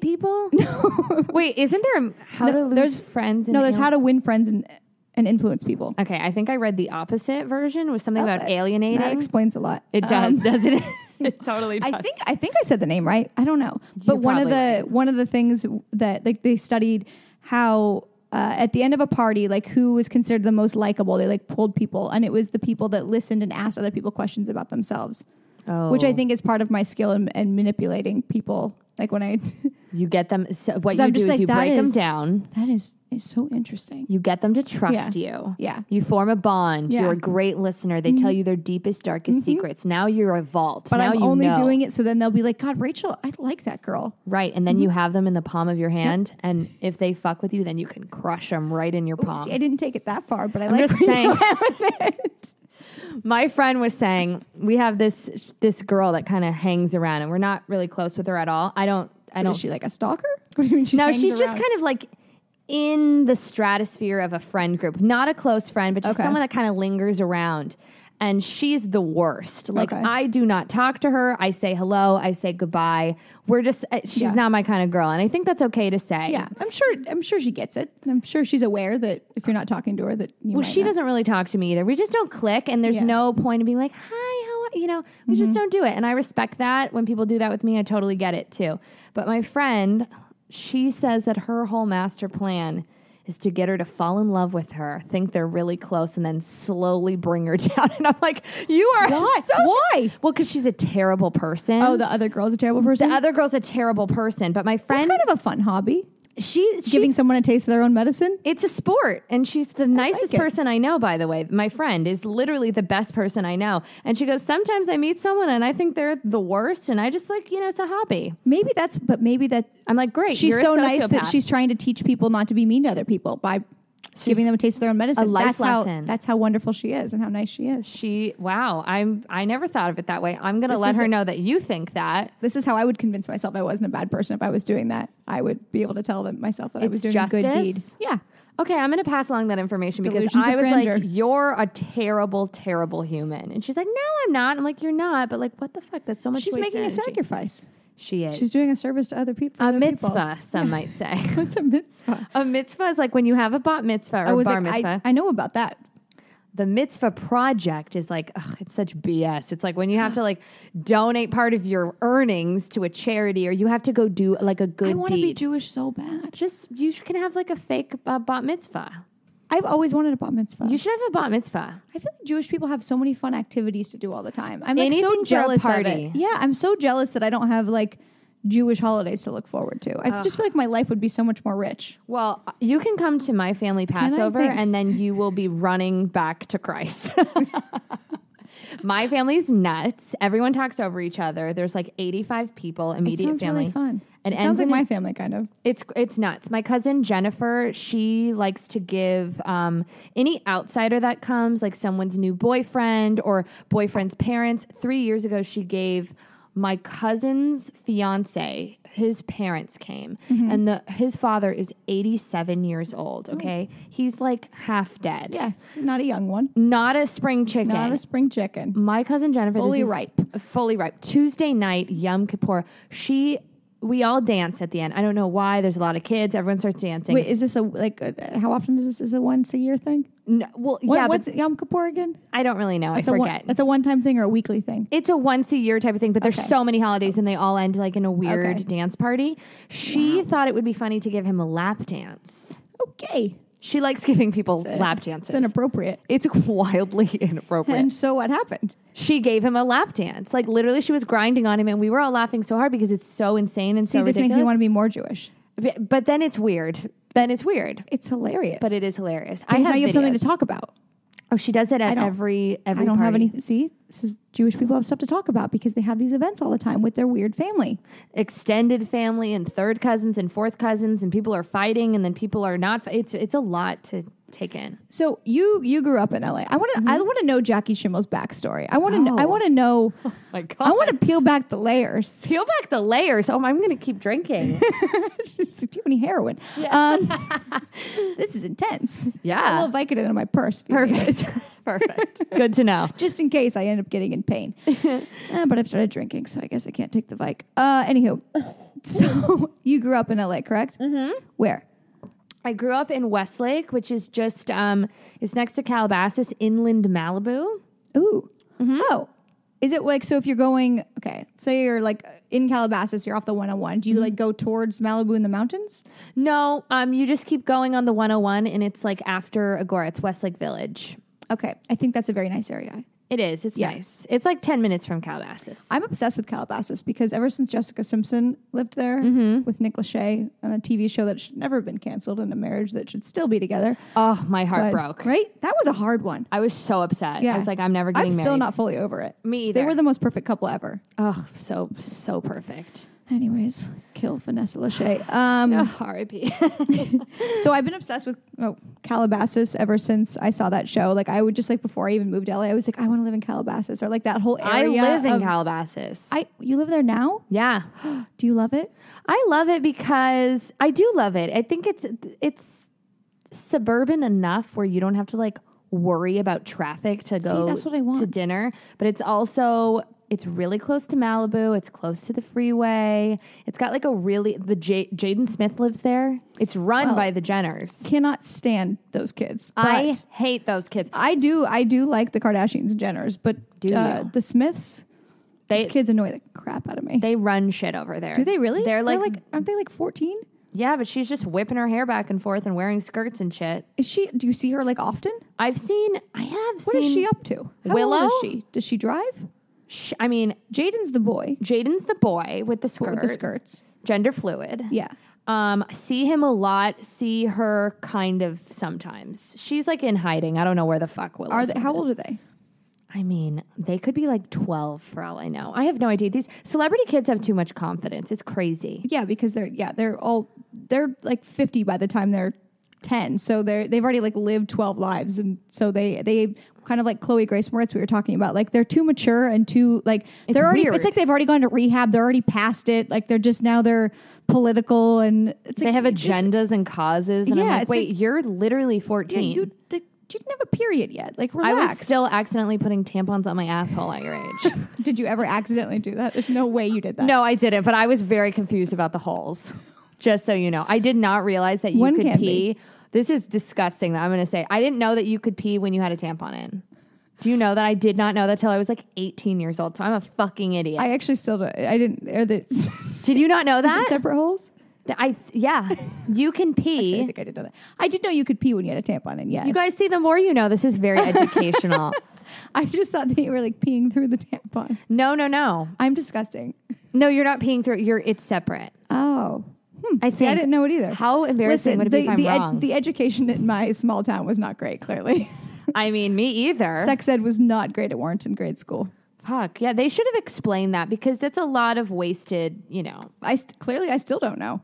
A: <laughs>
B: people? No. Wait, isn't there a, how to lose
A: there's-
B: friends? and
A: No, there's
B: alien-
A: how to win friends and and influence people.
B: Okay, I think I read the opposite version was something about
A: that-
B: alienating.
A: Oh, That explains a lot.
B: It
A: Um,
B: does, <laughs> doesn't
A: <laughs>
B: it? it totally does.
A: I think I think I said the name right. I don't know. But one of the
B: probably
A: one of the things that like they studied how uh, at the end of a party, like who was considered the most likable, they like pulled people, and it was the people that listened and asked other people questions about themselves. which
B: Oh.
A: I think is part of my skill in, in manipulating people. Like when
B: <laughs>
A: I,
B: You get them. So what
A: 'Cause
B: you
A: I'm
B: do
A: just
B: is
A: like,
B: you
A: that
B: break them
A: is-
B: down.
A: that is is so interesting.
B: You get them to trust you.
A: Yeah.
B: You form a
A: Yeah.
B: bond.
A: Mm-hmm.
B: You're a great listener. They tell you their deepest, darkest secrets. Now you're a vault.
A: But
B: now
A: I'm
B: you
A: only
B: know.
A: doing it so then they'll be like, God, Rachel, I like that girl.
B: right, and then
A: Mm-hmm.
B: you have them in the palm of your hand, and if they fuck with you, then you can crush them right in your palm.
A: See, I didn't take it that far, but I
B: I'm
A: like
B: just saying. <laughs> My friend was saying we have this this girl that kind of hangs around, and we're not really close with her at all. I don't.
A: <laughs>
B: I
A: Is
B: don't.
A: she like a stalker? <laughs> What do you mean she
B: No,
A: hangs
B: she's just
A: around?
B: kind of like in the stratosphere of a friend group. Not a close friend, but just
A: Okay.
B: someone that kind of lingers around. And she's the worst. Like
A: Okay.
B: I do not talk to her. I say hello. I say goodbye. We're just uh, she's
A: Yeah.
B: not my kind of girl, and I think that's okay to say.
A: Yeah, I'm sure. I'm sure she gets it. I'm sure she's aware that if you're not talking to her, that you
B: Well,
A: might
B: she
A: not.
B: doesn't really talk to me either. We just don't click, and there's
A: Yeah. Mm-hmm.
B: no point in being like, "Hi, how are you?" know, we just don't do it. And I respect that. When people do that with me, I totally get it too. But my friend, she says that her whole master plan is to get her to fall in love with her, think they're really close, and then slowly bring her <laughs> down. And I'm like, "You are
A: Why?
B: so
A: Why?
B: Well, because she's a terrible person.
A: Oh, the other girl's a terrible
B: the
A: person.
B: other girl's a terrible person. But my
A: That's
B: friend,
A: kind of a fun hobby.
B: she, she
A: Giving someone a taste of their own medicine.
B: it's a sport and she's the nicest
A: it.
B: person i know by the way my friend is literally the best person i know and she goes sometimes i meet someone and i think they're the worst and i just like you know it's a hobby
A: Maybe that's, but maybe that
B: i'm like great
A: she's
B: you're
A: so
B: a
A: nice that
B: sociopath.
A: she's trying to teach people not to be mean to other people by giving them a taste of their own medicine.
B: life
A: that's how-
B: lesson.
A: that's how wonderful she is and how nice she is.
B: she wow i'm i never thought of it that way i'm gonna
A: This
B: let
A: is
B: her
A: a-
B: know that you think that
A: This is how I would convince myself I wasn't a bad person if I was doing that. I would be able to tell them myself that I
B: It's
A: was doing a good deed.
B: justice?
A: Yeah.
B: Okay, I'm going to pass along that information because
A: Delusions
B: I
A: of
B: was like,
A: grandeur.
B: "You're a terrible, terrible human," and she's like, "No, I'm not." I'm like, "You're not," but like, what the fuck? That's so much.
A: She's
B: wasted
A: making a
B: energy.
A: sacrifice.
B: She is.
A: She's doing a service to other people.
B: a
A: other people. <laughs>
B: mitzvah. Some might say.
A: What's a mitzvah?
B: A mitzvah is like when you have a bat mitzvah
A: I
B: or
A: was
B: bar
A: like, I,
B: mitzvah.
A: I know about that.
B: the mitzvah project is like, ugh, it's such BS. It's like when you have to like donate part of your earnings to a charity or you have to go do like a good
A: I want to
B: deed.
A: be Jewish so bad.
B: Just you sh- can have like a fake uh, bat mitzvah.
A: I've always wanted a bat mitzvah.
B: You should have a bat mitzvah.
A: I feel like Jewish people have so many fun activities to do all the time. I'm like
B: Anything for
A: so
B: a
A: jealous
B: party.
A: of it. Yeah, I'm so jealous that I don't have like Jewish holidays to look forward to. I just feel like my life would be so much more rich.
B: Well, uh, you can come to my family Passover
A: Thanks.
B: and then you will be running back to <laughs> Christ. my family's nuts. Everyone talks over each other. There's like 85 people,
A: It
B: immediate
A: sounds
B: family.
A: really fun.
B: It
A: It,
B: ends
A: sounds like
B: in a-
A: my family kind of.
B: It's it's nuts. My cousin Jennifer, she likes to give um, any outsider that comes, like someone's new boyfriend or boyfriend's parents. Three years ago, she gave my cousin's fiance. His parents came,
A: Mm-hmm.
B: and the his father is eighty seven years old. Okay, he's like half dead.
A: Oh. Yeah, it's not a young one.
B: not a spring chicken.
A: Not a spring chicken.
B: My cousin Jennifer,
A: Fully
B: this is
A: ripe.
B: fully ripe. Tuesday night, Yom Kippur. She, we all dance at the end. I don't know why. There's a lot of kids. Everyone starts dancing.
A: Wait, is this a like? A, how often is this? Is it a once a year thing?
B: No, well,
A: What,
B: yeah,
A: what's
B: but
A: Yom Kippur again?
B: I don't really know. I
A: a
B: forget.
A: One, it's a one time thing or a weekly thing.
B: it's a once a year type of thing, but there's
A: Okay.
B: so many holidays and they all end like in a weird
A: Okay.
B: dance party. She thought it would be funny to give him a lap dance.
A: Okay,
B: She likes giving people lap
A: it's
B: dances.
A: inappropriate.
B: It's wildly
A: <laughs>
B: inappropriate.
A: And so what happened?
B: she gave him a lap dance. Like literally, she was grinding on him, and we were all laughing so hard because it's so insane and so
A: See, this
B: ridiculous.
A: makes me want to be more Jewish.
B: B- But then it's weird. Then it's weird.
A: It's hilarious.
B: But it is hilarious. I
A: now
B: have,
A: you have something to
B: videos.
A: talk about.
B: Oh, she does it at
A: don't-
B: every every.
A: I don't have
B: party.
A: any. See, this is Jewish people have stuff to talk about because they have these events all the time with their weird family.
B: extended family and third cousins and fourth cousins, and people are fighting, and then people are not. fi- It's it's a lot to take in.
A: So you you grew up in LA. I want to I want to know Jackie Schimmel's backstory. I want to
B: Mm-hmm. Oh.
A: I want to know.
B: My God, <laughs>
A: I want to peel back the layers. <laughs>
B: Oh, peel back the layers. Oh, I'm gonna keep drinking.
A: Just too many heroin. Um,
B: <laughs>
A: this is intense.
B: <laughs> Yeah.
A: a little Vicodin in my purse. if you need it.
B: <laughs> Perfect. <laughs> Perfect. Good to know.
A: just in case I end up getting in
B: <laughs>
A: pain. Uh, but I've started drinking, so I guess I can't take the Vic. Uh,
B: <laughs>
A: anywho, so <laughs> you grew up in LA, correct? Mm-hmm. Where?
B: I grew up in Westlake, which is just um, it's next to Calabasas, inland Malibu.
A: Ooh.
B: Mm-hmm.
A: Oh. Is it like so if you're going okay, say you're like in Calabasas, you're off the 101.
B: Mm-hmm.
A: Do you like go towards Malibu in the mountains?
B: No, um, you just keep going on the 101, and it's like after Agora. It's Westlake Village.
A: Okay. I think that's a very nice area.
B: It is. It's
A: Yeah.
B: nice. It's like 10 minutes from Calabasas.
A: I'm obsessed with Calabasas because ever since Jessica Simpson lived there
B: Mm-hmm.
A: with Nick Lachey on a TV show that should never have been canceled and a marriage that should still be together.
B: oh, my heart
A: but-
B: broke.
A: Right? That was a hard one.
B: I was so upset. I was like, I'm never getting
A: I'm
B: married.
A: still not fully over it.
B: Me
A: They
B: either.
A: were the most perfect couple ever.
B: Oh, so, so perfect.
A: Anyways, kill Vanessa Lachey. Um,
B: <laughs> Oh, RIP.
A: So I've been obsessed with oh, Calabasas ever since I saw that show. Like I would just like before I even moved to LA, I was like, I want to live in Calabasas or like that whole
B: I
A: area.
B: live in
A: of-
B: Calabasas.
A: I you live there now?
B: yeah.
A: Do you love it?
B: I love it because I do love it. I think it's it's suburban enough where you don't have to like worry about traffic to go
A: that's what I
B: to
A: want.
B: dinner, but it's also it's really close to Malibu. It's close to the freeway. It's got like a really the J- Jaden Smith lives there. It's run by the Jenners.
A: Cannot stand those kids. But
B: I hate those kids.
A: I do I do like the Kardashians and Jenners, but
B: Do
A: uh,
B: you?
A: the Smiths
B: They
A: those kids annoy the crap out of me.
B: they run shit over there.
A: do they really?
B: They're like,
A: aren't they like fourteen?
B: yeah, but she's just whipping her hair back and forth and wearing skirts and shit.
A: Is she? Do you see her like often?
B: I've seen. I have
A: What
B: seen.
A: is she up to? How
B: Willow?
A: old is she? Does she drive?
B: Sh- I mean,
A: Jaden's the boy
B: Jaden's the boy with the skirt,
A: with the skirts.
B: gender fluid.
A: Yeah.
B: Um, see him a lot. See her kind of sometimes. She's like in hiding. I don't know where the fuck Willow.
A: Are they, how old are they?
B: I mean, they could be like twelve for all I know. I have no idea. These celebrity kids have too much confidence. It's crazy.
A: Yeah, because they're yeah they're all they're like fifty by the time they're ten, so they're they've already like lived twelve lives, and so they they kind of like Chloe Grace Moritz we were talking about, like they're too mature and too like they're already
B: weird.
A: it's like they've already gone to rehab, they're already past it, like they're just now they're political and it's
B: They
A: like,
B: have
A: you just-
B: agendas and causes, and
A: Yeah,
B: I'm like,
A: it's
B: wait, you're literally
A: yeah,
B: fourteen.
A: you like, you didn't have a period yet, like
B: I
A: relax.
B: was still accidentally putting tampons on my asshole at your
A: <laughs>
B: age.
A: Did you ever accidentally do that? There's no way you did that.
B: No, I didn't, but I was very confused about the holes. Just so you know, I did not realize that you
A: One
B: could
A: can
B: pee. This is disgusting that I'm going to say. I didn't know that you could pee when you had a tampon in. Do you know that I did not know that till I was like 18 years old? So I'm a fucking idiot.
A: I actually still don't. I didn't. Are <laughs> they
B: did you not know that?
A: separate holes?
B: Th- I yeah, you can
A: Actually, I
B: pee.
A: think I did know that. I did know you could pee when you had a tampon in. Yes,
B: You guys see the more you know. This
A: <laughs>
B: is very educational.
A: I just thought that you were like peeing through the tampon.
B: no, no, no,
A: I'm disgusting.
B: no. You're not peeing through. it. You're it's separate.
A: Oh,
B: I think
A: I didn't know it either.
B: How
A: Listen,
B: embarrassing would it be
A: the
B: if I'm
A: the, ed-
B: wrong?
A: the education in my small town was not great. Clearly,
B: I mean, me either.
A: sex ed was not great at Warrenton grade school.
B: Fuck. Yeah, they should have explained that because that's a lot of wasted, you know.
A: I st- clearly I still don't know.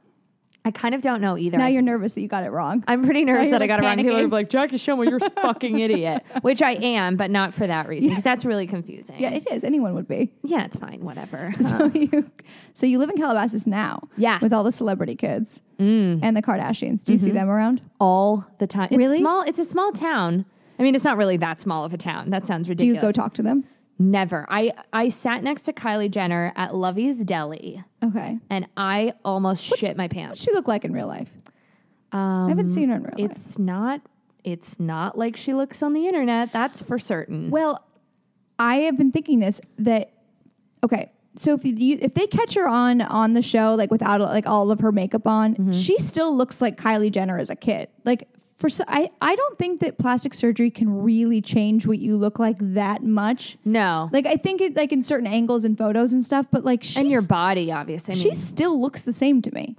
B: I kind of don't know either.
A: Now you're nervous that you got it wrong.
B: I'm pretty nervous
A: now
B: that I
A: you're,
B: got
A: like,
B: it wrong. People
A: panicking.
B: are like, Jack DeShoma,
A: <laughs>
B: you're a fucking idiot. Which I am, but not for that reason because that's really confusing.
A: yeah, it is. Anyone would be.
B: Yeah, it's fine. Whatever.
A: So you, so you live in Calabasas now.
B: Yeah. Mm. Mm-hmm.
A: with all the celebrity kids and the Kardashians. Do you see them around?
B: All the time. It's
A: Really?
B: small. It's a small town. I mean, it's not really that small of a town. That
A: Do
B: sounds
A: you
B: ridiculous.
A: go talk to them?
B: Never. I, I sat next to Kylie Jenner at Lovey's Deli
A: Okay.
B: and I almost shit my pants. Um,
A: What's she look like in real life? I haven't
B: Mm-hmm.
A: seen her in real life.
B: It's not. It's not like she looks on the internet. That's for certain.
A: Well, I have been thinking this that okay. So if you, if they catch her on on the show like without like all of her makeup on,
B: Mm-hmm.
A: she still looks like Kylie Jenner as a kid. Like for so, I I don't think that plastic surgery can really change what you look like that much.
B: no,
A: Like I think it like in certain angles and photos and stuff, but like she's,
B: and your body, obviously. I
A: she
B: mean,
A: still looks the same to me.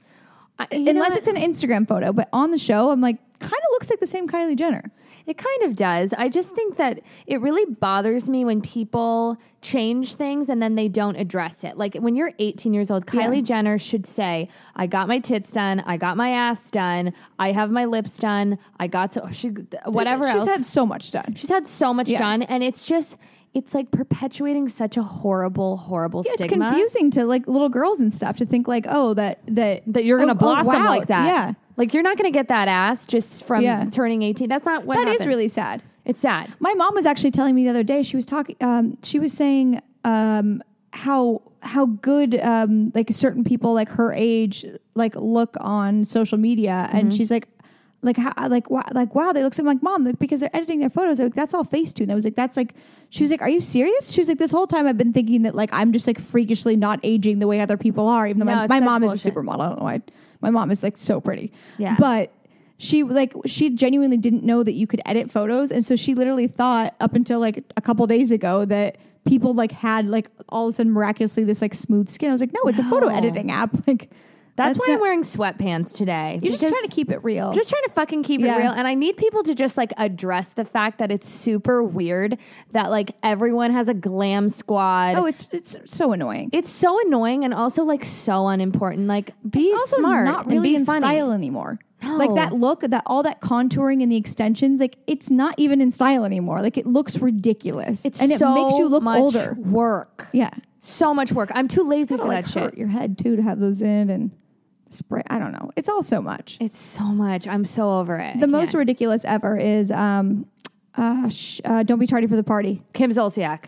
B: I- you know
A: uh, Unless
B: what?
A: it's an Instagram photo, but on the show I'm like kind of looks like the same Kylie Jenner.
B: it kind of does. I just think that it really bothers me when people change things and then they don't address it. Like when you're 18 years old, Kylie Jenner should say, "I got my tits done. I got my ass done. I have my lips done. I got to she, whatever
A: she's
B: else."
A: had so much done.
B: She's had so much
A: Yeah.
B: done, and it's just. It's like perpetuating such a horrible, horrible
A: Yeah,
B: stigma.
A: It's confusing to like little girls and stuff to think like, oh, that that
B: that you're going to
A: oh, oh,
B: blossom
A: wow.
B: like that.
A: Yeah,
B: Like you're not going to get that ass just from
A: Yeah.
B: turning 18. That's not what
A: that is
B: happens.
A: really sad.
B: it's sad.
A: My mom was actually telling me the other day. She was talking. Um, she was saying um, how how good um, like certain people like her age like look on social media, and she's like. Like how like wow like wow they look so I'm like mom like, because they're editing their photos like that's all Facetune I was like that's like she was like are you serious she was like this whole time I've been thinking that like I'm just like freakishly not aging the way other people are even though
B: No,
A: my,
B: it's
A: my
B: such
A: mom is a
B: bullshit.
A: supermodel I don't know why my mom is like so pretty
B: Yeah.
A: but she like she genuinely didn't know that you could edit photos and so she literally thought up until like a couple days ago that people like had like all of a sudden miraculously this like smooth skin i was like no it's a photo
B: No.
A: editing app <laughs> like
B: That's, why
A: not-
B: I'm wearing sweatpants today.
A: you're just
B: because-
A: trying to keep it real
B: just trying to fucking keep
A: Yeah.
B: it real and i need people to just like address the fact that it's super weird that like everyone has a glam squad
A: oh it's it's so annoying
B: it's so annoying and also like so unimportant like be
A: It's also
B: smart
A: not
B: and
A: really
B: be
A: in
B: funny
A: style anymore.
B: No.
A: Like that look, that all that contouring and the extensions, like it's not even in style anymore. Like it looks ridiculous,
B: it's
A: and it
B: so
A: makes you look
B: much
A: older.
B: work
A: Yeah,
B: so much work i'm too lazy
A: It'll,
B: for
A: like
B: that
A: hurt
B: shit
A: your head too to have those in and spray. I don't know. It's all so much.
B: it's so much i'm so over it
A: the most ridiculous ever is um, uh, sh- uh, don't be tardy for the party.
B: kim zolciak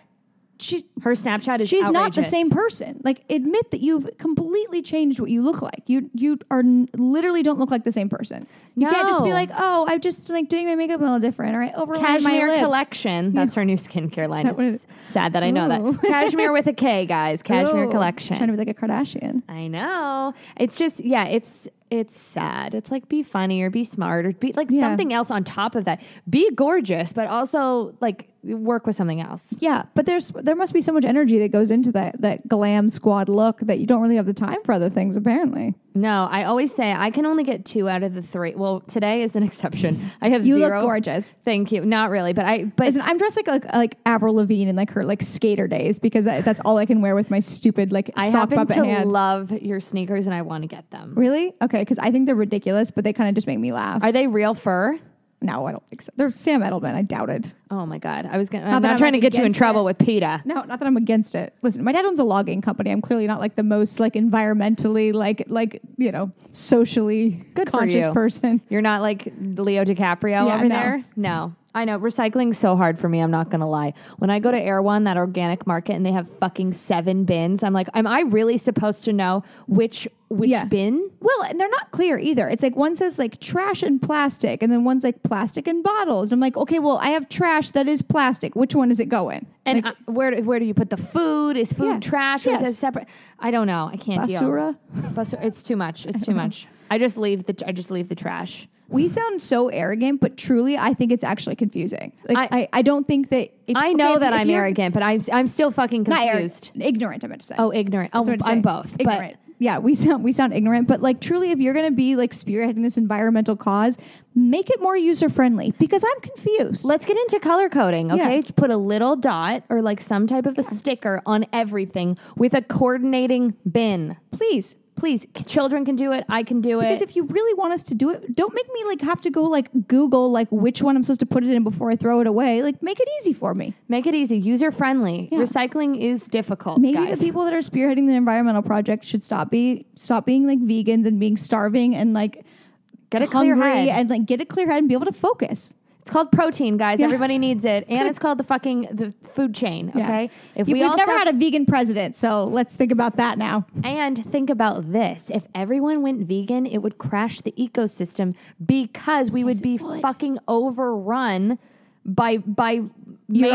A: She's
B: her snapchat is
A: she's not the
B: outrageous.
A: same person. Like admit that you've completely changed what you look like. You you are n- literally don't look like the same person. You can't just be
B: No.
A: like, oh, I'm just like doing my makeup a little different, or I overlined my
B: Cashmere
A: lips.
B: Collection. That's her new skincare line.
A: that what
B: It's sad that I know
A: Ooh. <laughs>
B: that. Cashmere with a K, guys. Cashmere
A: Ooh, Trying
B: Collection.
A: to be like a Kardashian.
B: I know. It's just yeah, it's it's sad. It's like be funny or be smart or be like
A: Yeah.
B: something else on top of that. Be gorgeous, but also like work with something else.
A: Yeah, but there's there must be so much energy that goes into that that glam squad look that you don't really have the time for other things. Apparently,
B: No, I always say I can only get two out of the three. Well, today is an exception. I have
A: you
B: zero.
A: look gorgeous.
B: Thank you. Not really, but I but
A: Listen, I'm dressed like, like like Avril Lavigne in like her like skater days because I, that's all I can wear with my stupid like
B: I
A: sock
B: happen
A: puppet
B: to
A: hand.
B: love your sneakers and I want to get them.
A: really? Okay, because I think they're ridiculous, but they kind of just make me laugh.
B: Are they real fur?
A: No, I don't think so. They're Sam Edelman. I doubt it.
B: Oh my God. I was going to,
A: Not
B: I'm
A: that
B: not
A: I'm,
B: trying
A: like,
B: to get you in
A: against
B: trouble with PETA.
A: No, not that I'm against it. Listen, my dad owns a logging company. I'm clearly not like the most like environmentally like like you know socially
B: Good for
A: conscious
B: you.
A: person.
B: You're not like Leo DiCaprio
A: Yeah,
B: over
A: no.
B: there? No. I know. Recycling's so hard for me. I'm not going to lie. When I go to Air One, that organic market, and they have fucking seven bins, I'm like, am I really supposed to know which which
A: Yeah.
B: bin?
A: Well, and they're not clear either. It's like one says like trash and plastic, and then one's like plastic and bottles. I'm like, okay, well, I have trash that is plastic. Which one does it go in?
B: And I, where do- where do you put the food? Is food
A: Yeah.
B: trash? Or
A: Yes.
B: is it separate? I don't know. I can't
A: Basura?
B: deal. Basura. It's too much. It's too much. I just leave the I just leave the trash.
A: We sound so arrogant, but truly, I think it's actually confusing. Like, I,
B: I-
A: I, don't think that if,
B: I know
A: okay, if-
B: that
A: if
B: I'm
A: you're-
B: arrogant, but I'm I'm still fucking
A: Not arrogant,
B: confused.
A: ignorant. I meant to say.
B: Oh, ignorant. Oh,
A: That's what
B: I'm
A: I'd
B: both.
A: say. Ignorant. yeah, we sound we sound ignorant, but like truly, if you're going to be like spearheading this environmental cause, make it more user friendly because I'm confused.
B: Let's get into color coding,
A: Yeah.
B: okay? Put a little dot or like some type of a sticker on everything with a coordinating bin.
A: Please,
B: Please, c- children can do it. I can do
A: because
B: it.
A: if you really want us to do it, don't make me like have to go like Google like which one I'm supposed to put it in before I throw it away. Like make it easy for me.
B: Make it easy, user friendly. Recycling is difficult,
A: Maybe
B: guys.
A: the people that are spearheading the environmental project should stop be stop being like vegans and being starving and like
B: Get a clear
A: hungry
B: head.
A: and like get a clear head and be able to focus.
B: it's called protein, guys.
A: Yeah.
B: Everybody needs it, and it's called the fucking the food chain.
A: Yeah.
B: Okay,
A: You- we've never had a vegan president, so let's think about that now.
B: And think about this if everyone went vegan, it would crash the ecosystem because we would be fucking overrun by by
A: You're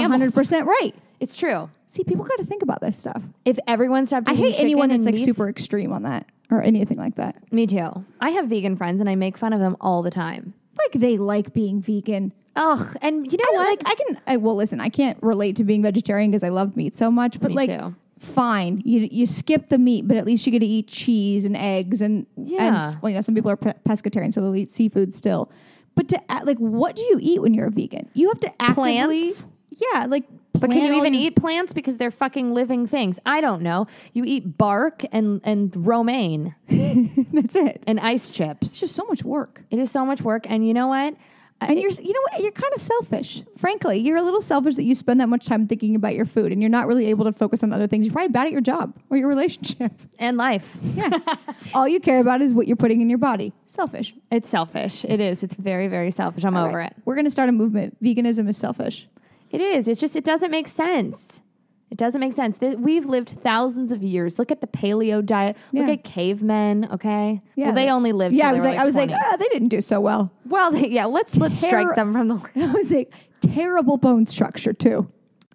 B: mammals.
A: 100% right.
B: It's true.
A: See, people got to think about this stuff.
B: If everyone stopped
A: I
B: eating
A: hate
B: chicken
A: anyone
B: and
A: that's like
B: beef-
A: super extreme on that or anything like that.
B: Me too. I have vegan friends and I make fun of them all the time.
A: Like they like being vegan.
B: Ugh. And you know
A: I don't-
B: what?
A: like I can. I well, listen. I can't relate to being vegetarian because I love meat so much. But
B: Me
A: like,
B: too.
A: fine, you you skip the meat, but at least you get to eat cheese and eggs and and
B: Yeah.
A: s- well, you know, some people are pe- pescatarian, so they'll eat seafood still. But to act, like, what do you eat when you're a vegan? You have to actively,
B: Plants?
A: yeah, like.
B: but can you even eat plants because they're fucking living things? I don't know. You eat bark and and romaine
A: <laughs> That's it.
B: and ice chips.
A: It's just so much work.
B: It is so much work and you know what?
A: And you're, you know what? You're kind of selfish. Frankly, you're a little selfish that you spend that much time thinking about your food, and you're not really able to focus on other things. You're probably bad at your job or your <laughs> relationship.
B: And life.
A: Yeah. <laughs> All you care about is what you're putting in your body. Selfish.
B: It's selfish. It is. It's very, very selfish. I'm over it.
A: We're going to start a movement. Veganism is selfish.
B: It is. It's just, it doesn't make sense. It doesn't make sense. Th- We've lived thousands of years. Look at the paleo diet. Look
A: Yeah.
B: at cavemen. Okay. Yeah. Well, they, only lived.
A: Yeah,
B: till
A: I was
B: they
A: like,
B: were
A: I was like, "Oh."
B: 20.
A: ah, they didn't do so well. <laughs>
B: well, <laughs> they, yeah. Let's let's
A: Terror-
B: strike them from the li-
A: I was like, terrible bone structure too.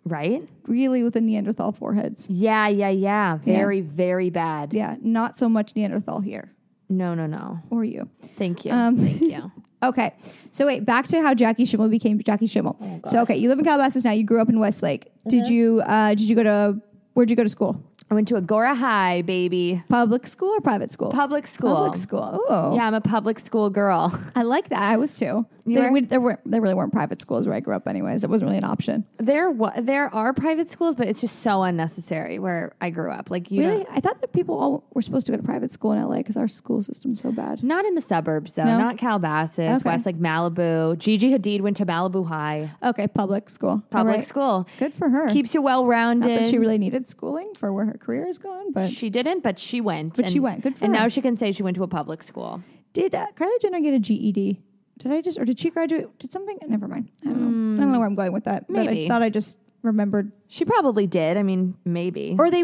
B: right.
A: Really, with the Neanderthal foreheads.
B: Yeah, yeah, yeah. Very, very bad.
A: Yeah, not so much Neanderthal here
B: No, no, no.
A: or you.
B: Thank you.
A: Um, <laughs>
B: Thank you.
A: Okay. So wait, back to how Jackie Schimmel became Jackie Schimmel.
B: Oh,
A: so okay, you live in Calabasas now. You grew up in Westlake.
B: Mm-hmm.
A: Did you uh, did you go to where'd you go to school?
B: I went to Agora High, baby.
A: Public school or private school?
B: Public school.
A: Public school. Oh,
B: Yeah, I'm a public school girl. <laughs>
A: I like that. I was too. There,
B: were?
A: we, there weren't there really weren't private schools where I grew up. Anyways, it wasn't really an option.
B: There, wa- there are private schools, but it's just so unnecessary where I grew up. Like you,
A: Really,
B: don't-
A: I thought that people all were supposed to go to private school in LA because our school system's so bad.
B: not in the suburbs though.
A: No?
B: Not Calabasas,
A: Okay.
B: West like Malibu. Gigi Hadid went to Malibu High
A: Okay, public school. All
B: Public
A: right.
B: School.
A: Good for her.
B: Keeps you well
A: Not
B: rounded.
A: that she really needed schooling for where her career is going, but
B: She didn't, but she went. But
A: she went. Good for
B: And
A: her.
B: now she can say she went to a public school.
A: Did uh, Kylie Jenner get a GED? Did I just, or did she graduate? Did something? Never mind. I don't know. I don't know where I'm going with that. But I
B: Maybe.
A: thought I just remembered,
B: She probably did. I mean, maybe.
A: or they,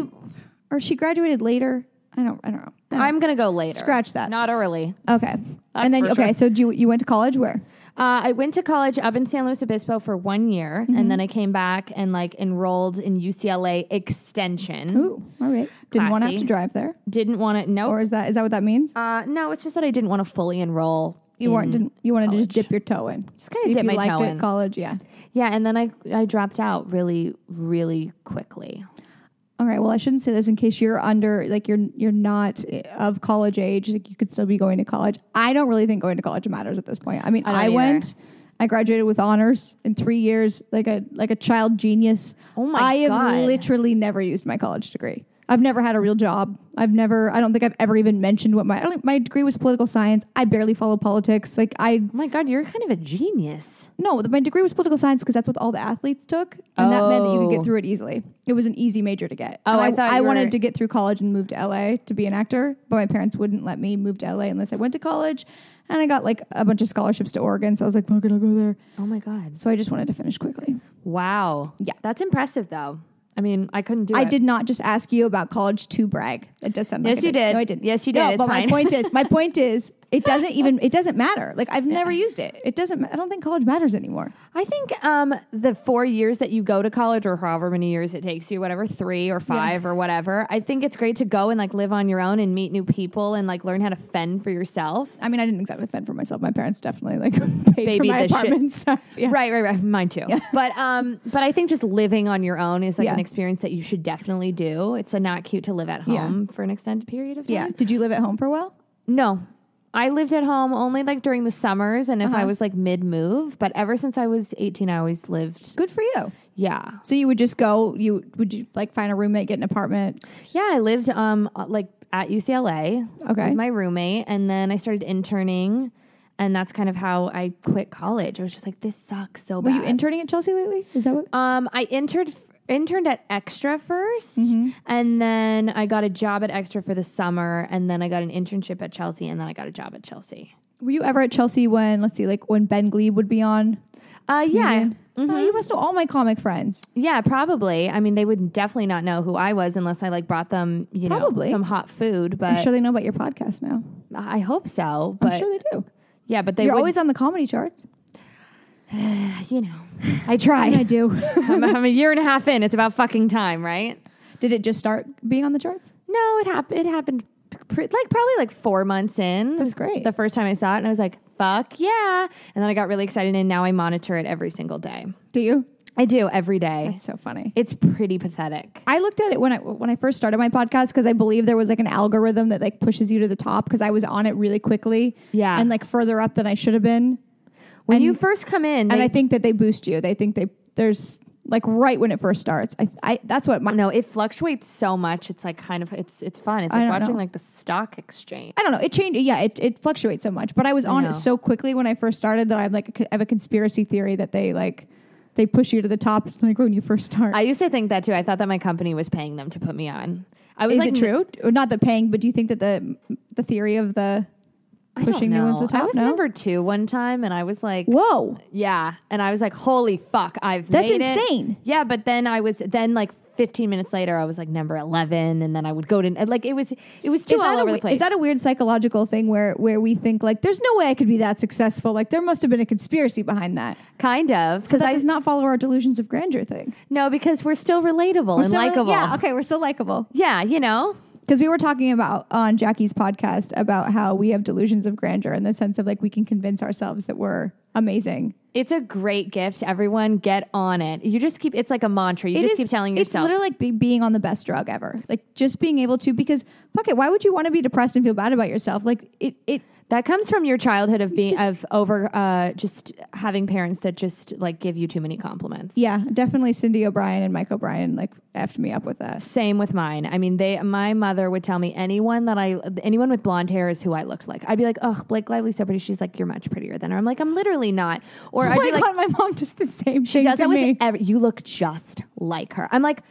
A: or she graduated later. I don't. I don't know. I don't
B: I'm gonna go later.
A: Scratch that.
B: Not early.
A: know. okay. And then
B: for
A: okay, so do you you went to college where?
B: Uh, I went to college up in San Luis Obispo for one year,
A: Mm-hmm.
B: and then I came back and like enrolled in UCLA extension.
A: Ooh, all right. Didn't want to have
B: Classy.
A: to drive there,
B: Didn't want to. No.
A: or is that is that what that means?
B: uh, no, it's just that I didn't want to fully enroll.
A: You weren't. Didn't, you wanted to just
B: college.
A: dip your toe in. Just
B: kinda
A: See if
B: dip
A: you
B: my
A: liked
B: toe
A: it
B: in.
A: College, yeah.
B: Yeah, and then I I dropped out really really quickly.
A: All right. Well, I shouldn't say this in case you're under, like you're you're not eh, of college age. Like you could still be going to college. I don't really think going to college matters at this point. I mean,
B: don't
A: I,
B: either.
A: went. I graduated with honors in three years, like a like a child genius.
B: Oh my
A: I
B: God.
A: have literally never used my college degree. I've never had a real job. I've never. I don't think I've ever even mentioned what my I don't- my degree was. Political science. I barely follow politics. Like I
B: Oh my God, you're kind of a genius.
A: no, my degree was political science because that's what all the athletes took, and that meant that you could
B: Oh.
A: get through it easily. It was an easy major to get.
B: Oh,
A: And
B: I thought
A: I
B: you were-
A: wanted to get through college and move to LA to be an actor, but my parents wouldn't let me move to LA unless I went to college. And I got like a bunch of scholarships to Oregon, so I was like, "Fuck it, I'll go there."
B: Oh my God.
A: So I just wanted to finish quickly.
B: Wow.
A: Yeah.
B: That's impressive though. I mean, I couldn't do
A: I
B: it.
A: did not just ask you about college to brag. That does sound
B: Yes,
A: like I
B: you did.
A: No, I didn't.
B: Yes, you
A: No,
B: did. It's
A: but my
B: fine.
A: point is,
B: <laughs>
A: my point is, it doesn't even it doesn't matter. Like I've never used it. It doesn't. ma- I don't think college matters anymore.
B: I think um, the four years that you go to college, or however many years it takes you, whatever, three or five or whatever, I think it's great to go and like live on your own and meet new people and like learn how to fend for yourself.
A: I mean, I didn't exactly fend for myself. My parents definitely like <laughs> paid
B: Baby
A: for my
B: the shit.
A: apartment stuff. Yeah.
B: Right, right, right. Mine too. But um, but I think just living on your own is like
A: Yeah.
B: an experience that you should definitely do. It's uh not cute to live at
A: Yeah.
B: home for an extended period of time.
A: Yeah. Did you live at home for a while?
B: No. I lived at home only like during the summers and if
A: Uh-huh.
B: I was like mid move, but ever since I was 18 I always lived.
A: Good for you.
B: Yeah.
A: So you would just go. You would you like find a roommate, get an apartment?
B: Yeah, I lived um uh, like at UCLA
A: Okay.
B: with my roommate and then I started interning and that's kind of how I quit college. I was just like this sucks so
A: Were
B: bad.
A: you interning at Chelsea lately? Is that what?
B: Um, I entered interned at Extra 1st
A: Mm-hmm.
B: and then I got a job at Extra for the summer, and then I got an internship at Chelsea, and then I got a job at Chelsea.
A: Were you ever at Chelsea when let's see, like when Ben Glebe would be on?
B: Uh, yeah,
A: Oh, you must know all my comic friends.
B: yeah, probably. I mean, they would definitely not know who I was unless I like brought them, you
A: Probably.
B: know, some hot food.
A: I'm
B: But
A: sure they know about your podcast now.
B: I hope so.
A: I'm
B: But
A: sure they do.
B: yeah, but they
A: You're
B: would,
A: always on the comedy charts.
B: <laughs> you know, <laughs> I try.
A: I do.
B: I'm, I'm a year and a half in. It's about fucking time, right?
A: Did it just start being on the charts?
B: No, it happened. It happened pr- like probably like four months in.
A: That's great.
B: The first time I saw it, and I was like, "Fuck yeah!" And then I got really excited, and now I monitor it every single day.
A: Do you?
B: I do every day.
A: It's so funny.
B: it's pretty pathetic.
A: I looked at it when I when I first started my podcast because I believe there was like an algorithm that like pushes you to the top because I was on it really quickly,
B: Yeah.
A: and like further up than I should have been.
B: When
A: And-
B: you first come in,
A: And
B: they-
A: I think that they boost you. They think they there's like right when it first starts. I, I that's what my
B: no, it fluctuates so much. It's like kind of it's it's fun. It's
A: I
B: like
A: don't
B: watching
A: know.
B: like the stock exchange.
A: I don't know. It changed. Yeah, it, it fluctuates so much. But I was on
B: know.
A: it so quickly when I first started that I'm like a co- I have a conspiracy theory that they like they push you to the top <laughs> like when you first start.
B: I used to think that too. I thought that my company was paying them to put me on. I was
A: Is it
B: like,
A: true? Or Not the paying, but do you think that the the theory of the
B: I don't
A: pushing new ones to
B: know.
A: the top?
B: I was
A: no?
B: number two one time, and I was like,
A: Whoa.
B: Yeah, and I was like, "Holy fuck, I've
A: That's
B: made it."
A: insane.
B: Yeah, but then I was then like 15 minutes later, I was like number 11, and then I would go to and, like it was it was too
A: Is that
B: all
A: a we-
B: over the place.
A: Is that a weird psychological thing where where we think like there's no way I could be that successful? Like there must have been a conspiracy behind that.
B: kind of
A: Because
B: because
A: that
B: I
A: does not follow our delusions of grandeur thing.
B: no because we're still relatable and
A: Still-
B: likable.
A: Yeah, okay, we're still likable.
B: Yeah, you know.
A: because we were talking about on Jackie's podcast about how we have delusions of grandeur in the sense of like we can convince ourselves that we're amazing.
B: It's a great gift. Everyone, get on it. You just keep. It's like a mantra. You
A: It
B: just
A: is-
B: keep telling yourself.
A: It's literally like be, being on the best drug ever. Like just being able to because fuck it, why would you want to be depressed and feel bad about yourself? Like it it
B: that comes from your childhood of being
A: Just-
B: of over uh, just having parents that just like give you too many compliments.
A: yeah, definitely Cindy O'Brien and Mike O'Brien like effed me up with that.
B: Same with mine. I mean, they my mother would tell me anyone that I anyone with blonde hair is who I looked like. I'd be like, "Oh, Blake Lively's so pretty." She's like, "You're much prettier than her." I'm like, "I'm literally not." Or I'd
A: Oh my
B: be like,
A: God, <laughs> my mom does the same
B: She
A: thing
B: does
A: to
B: that
A: me.
B: with every. You look just like her. I'm like,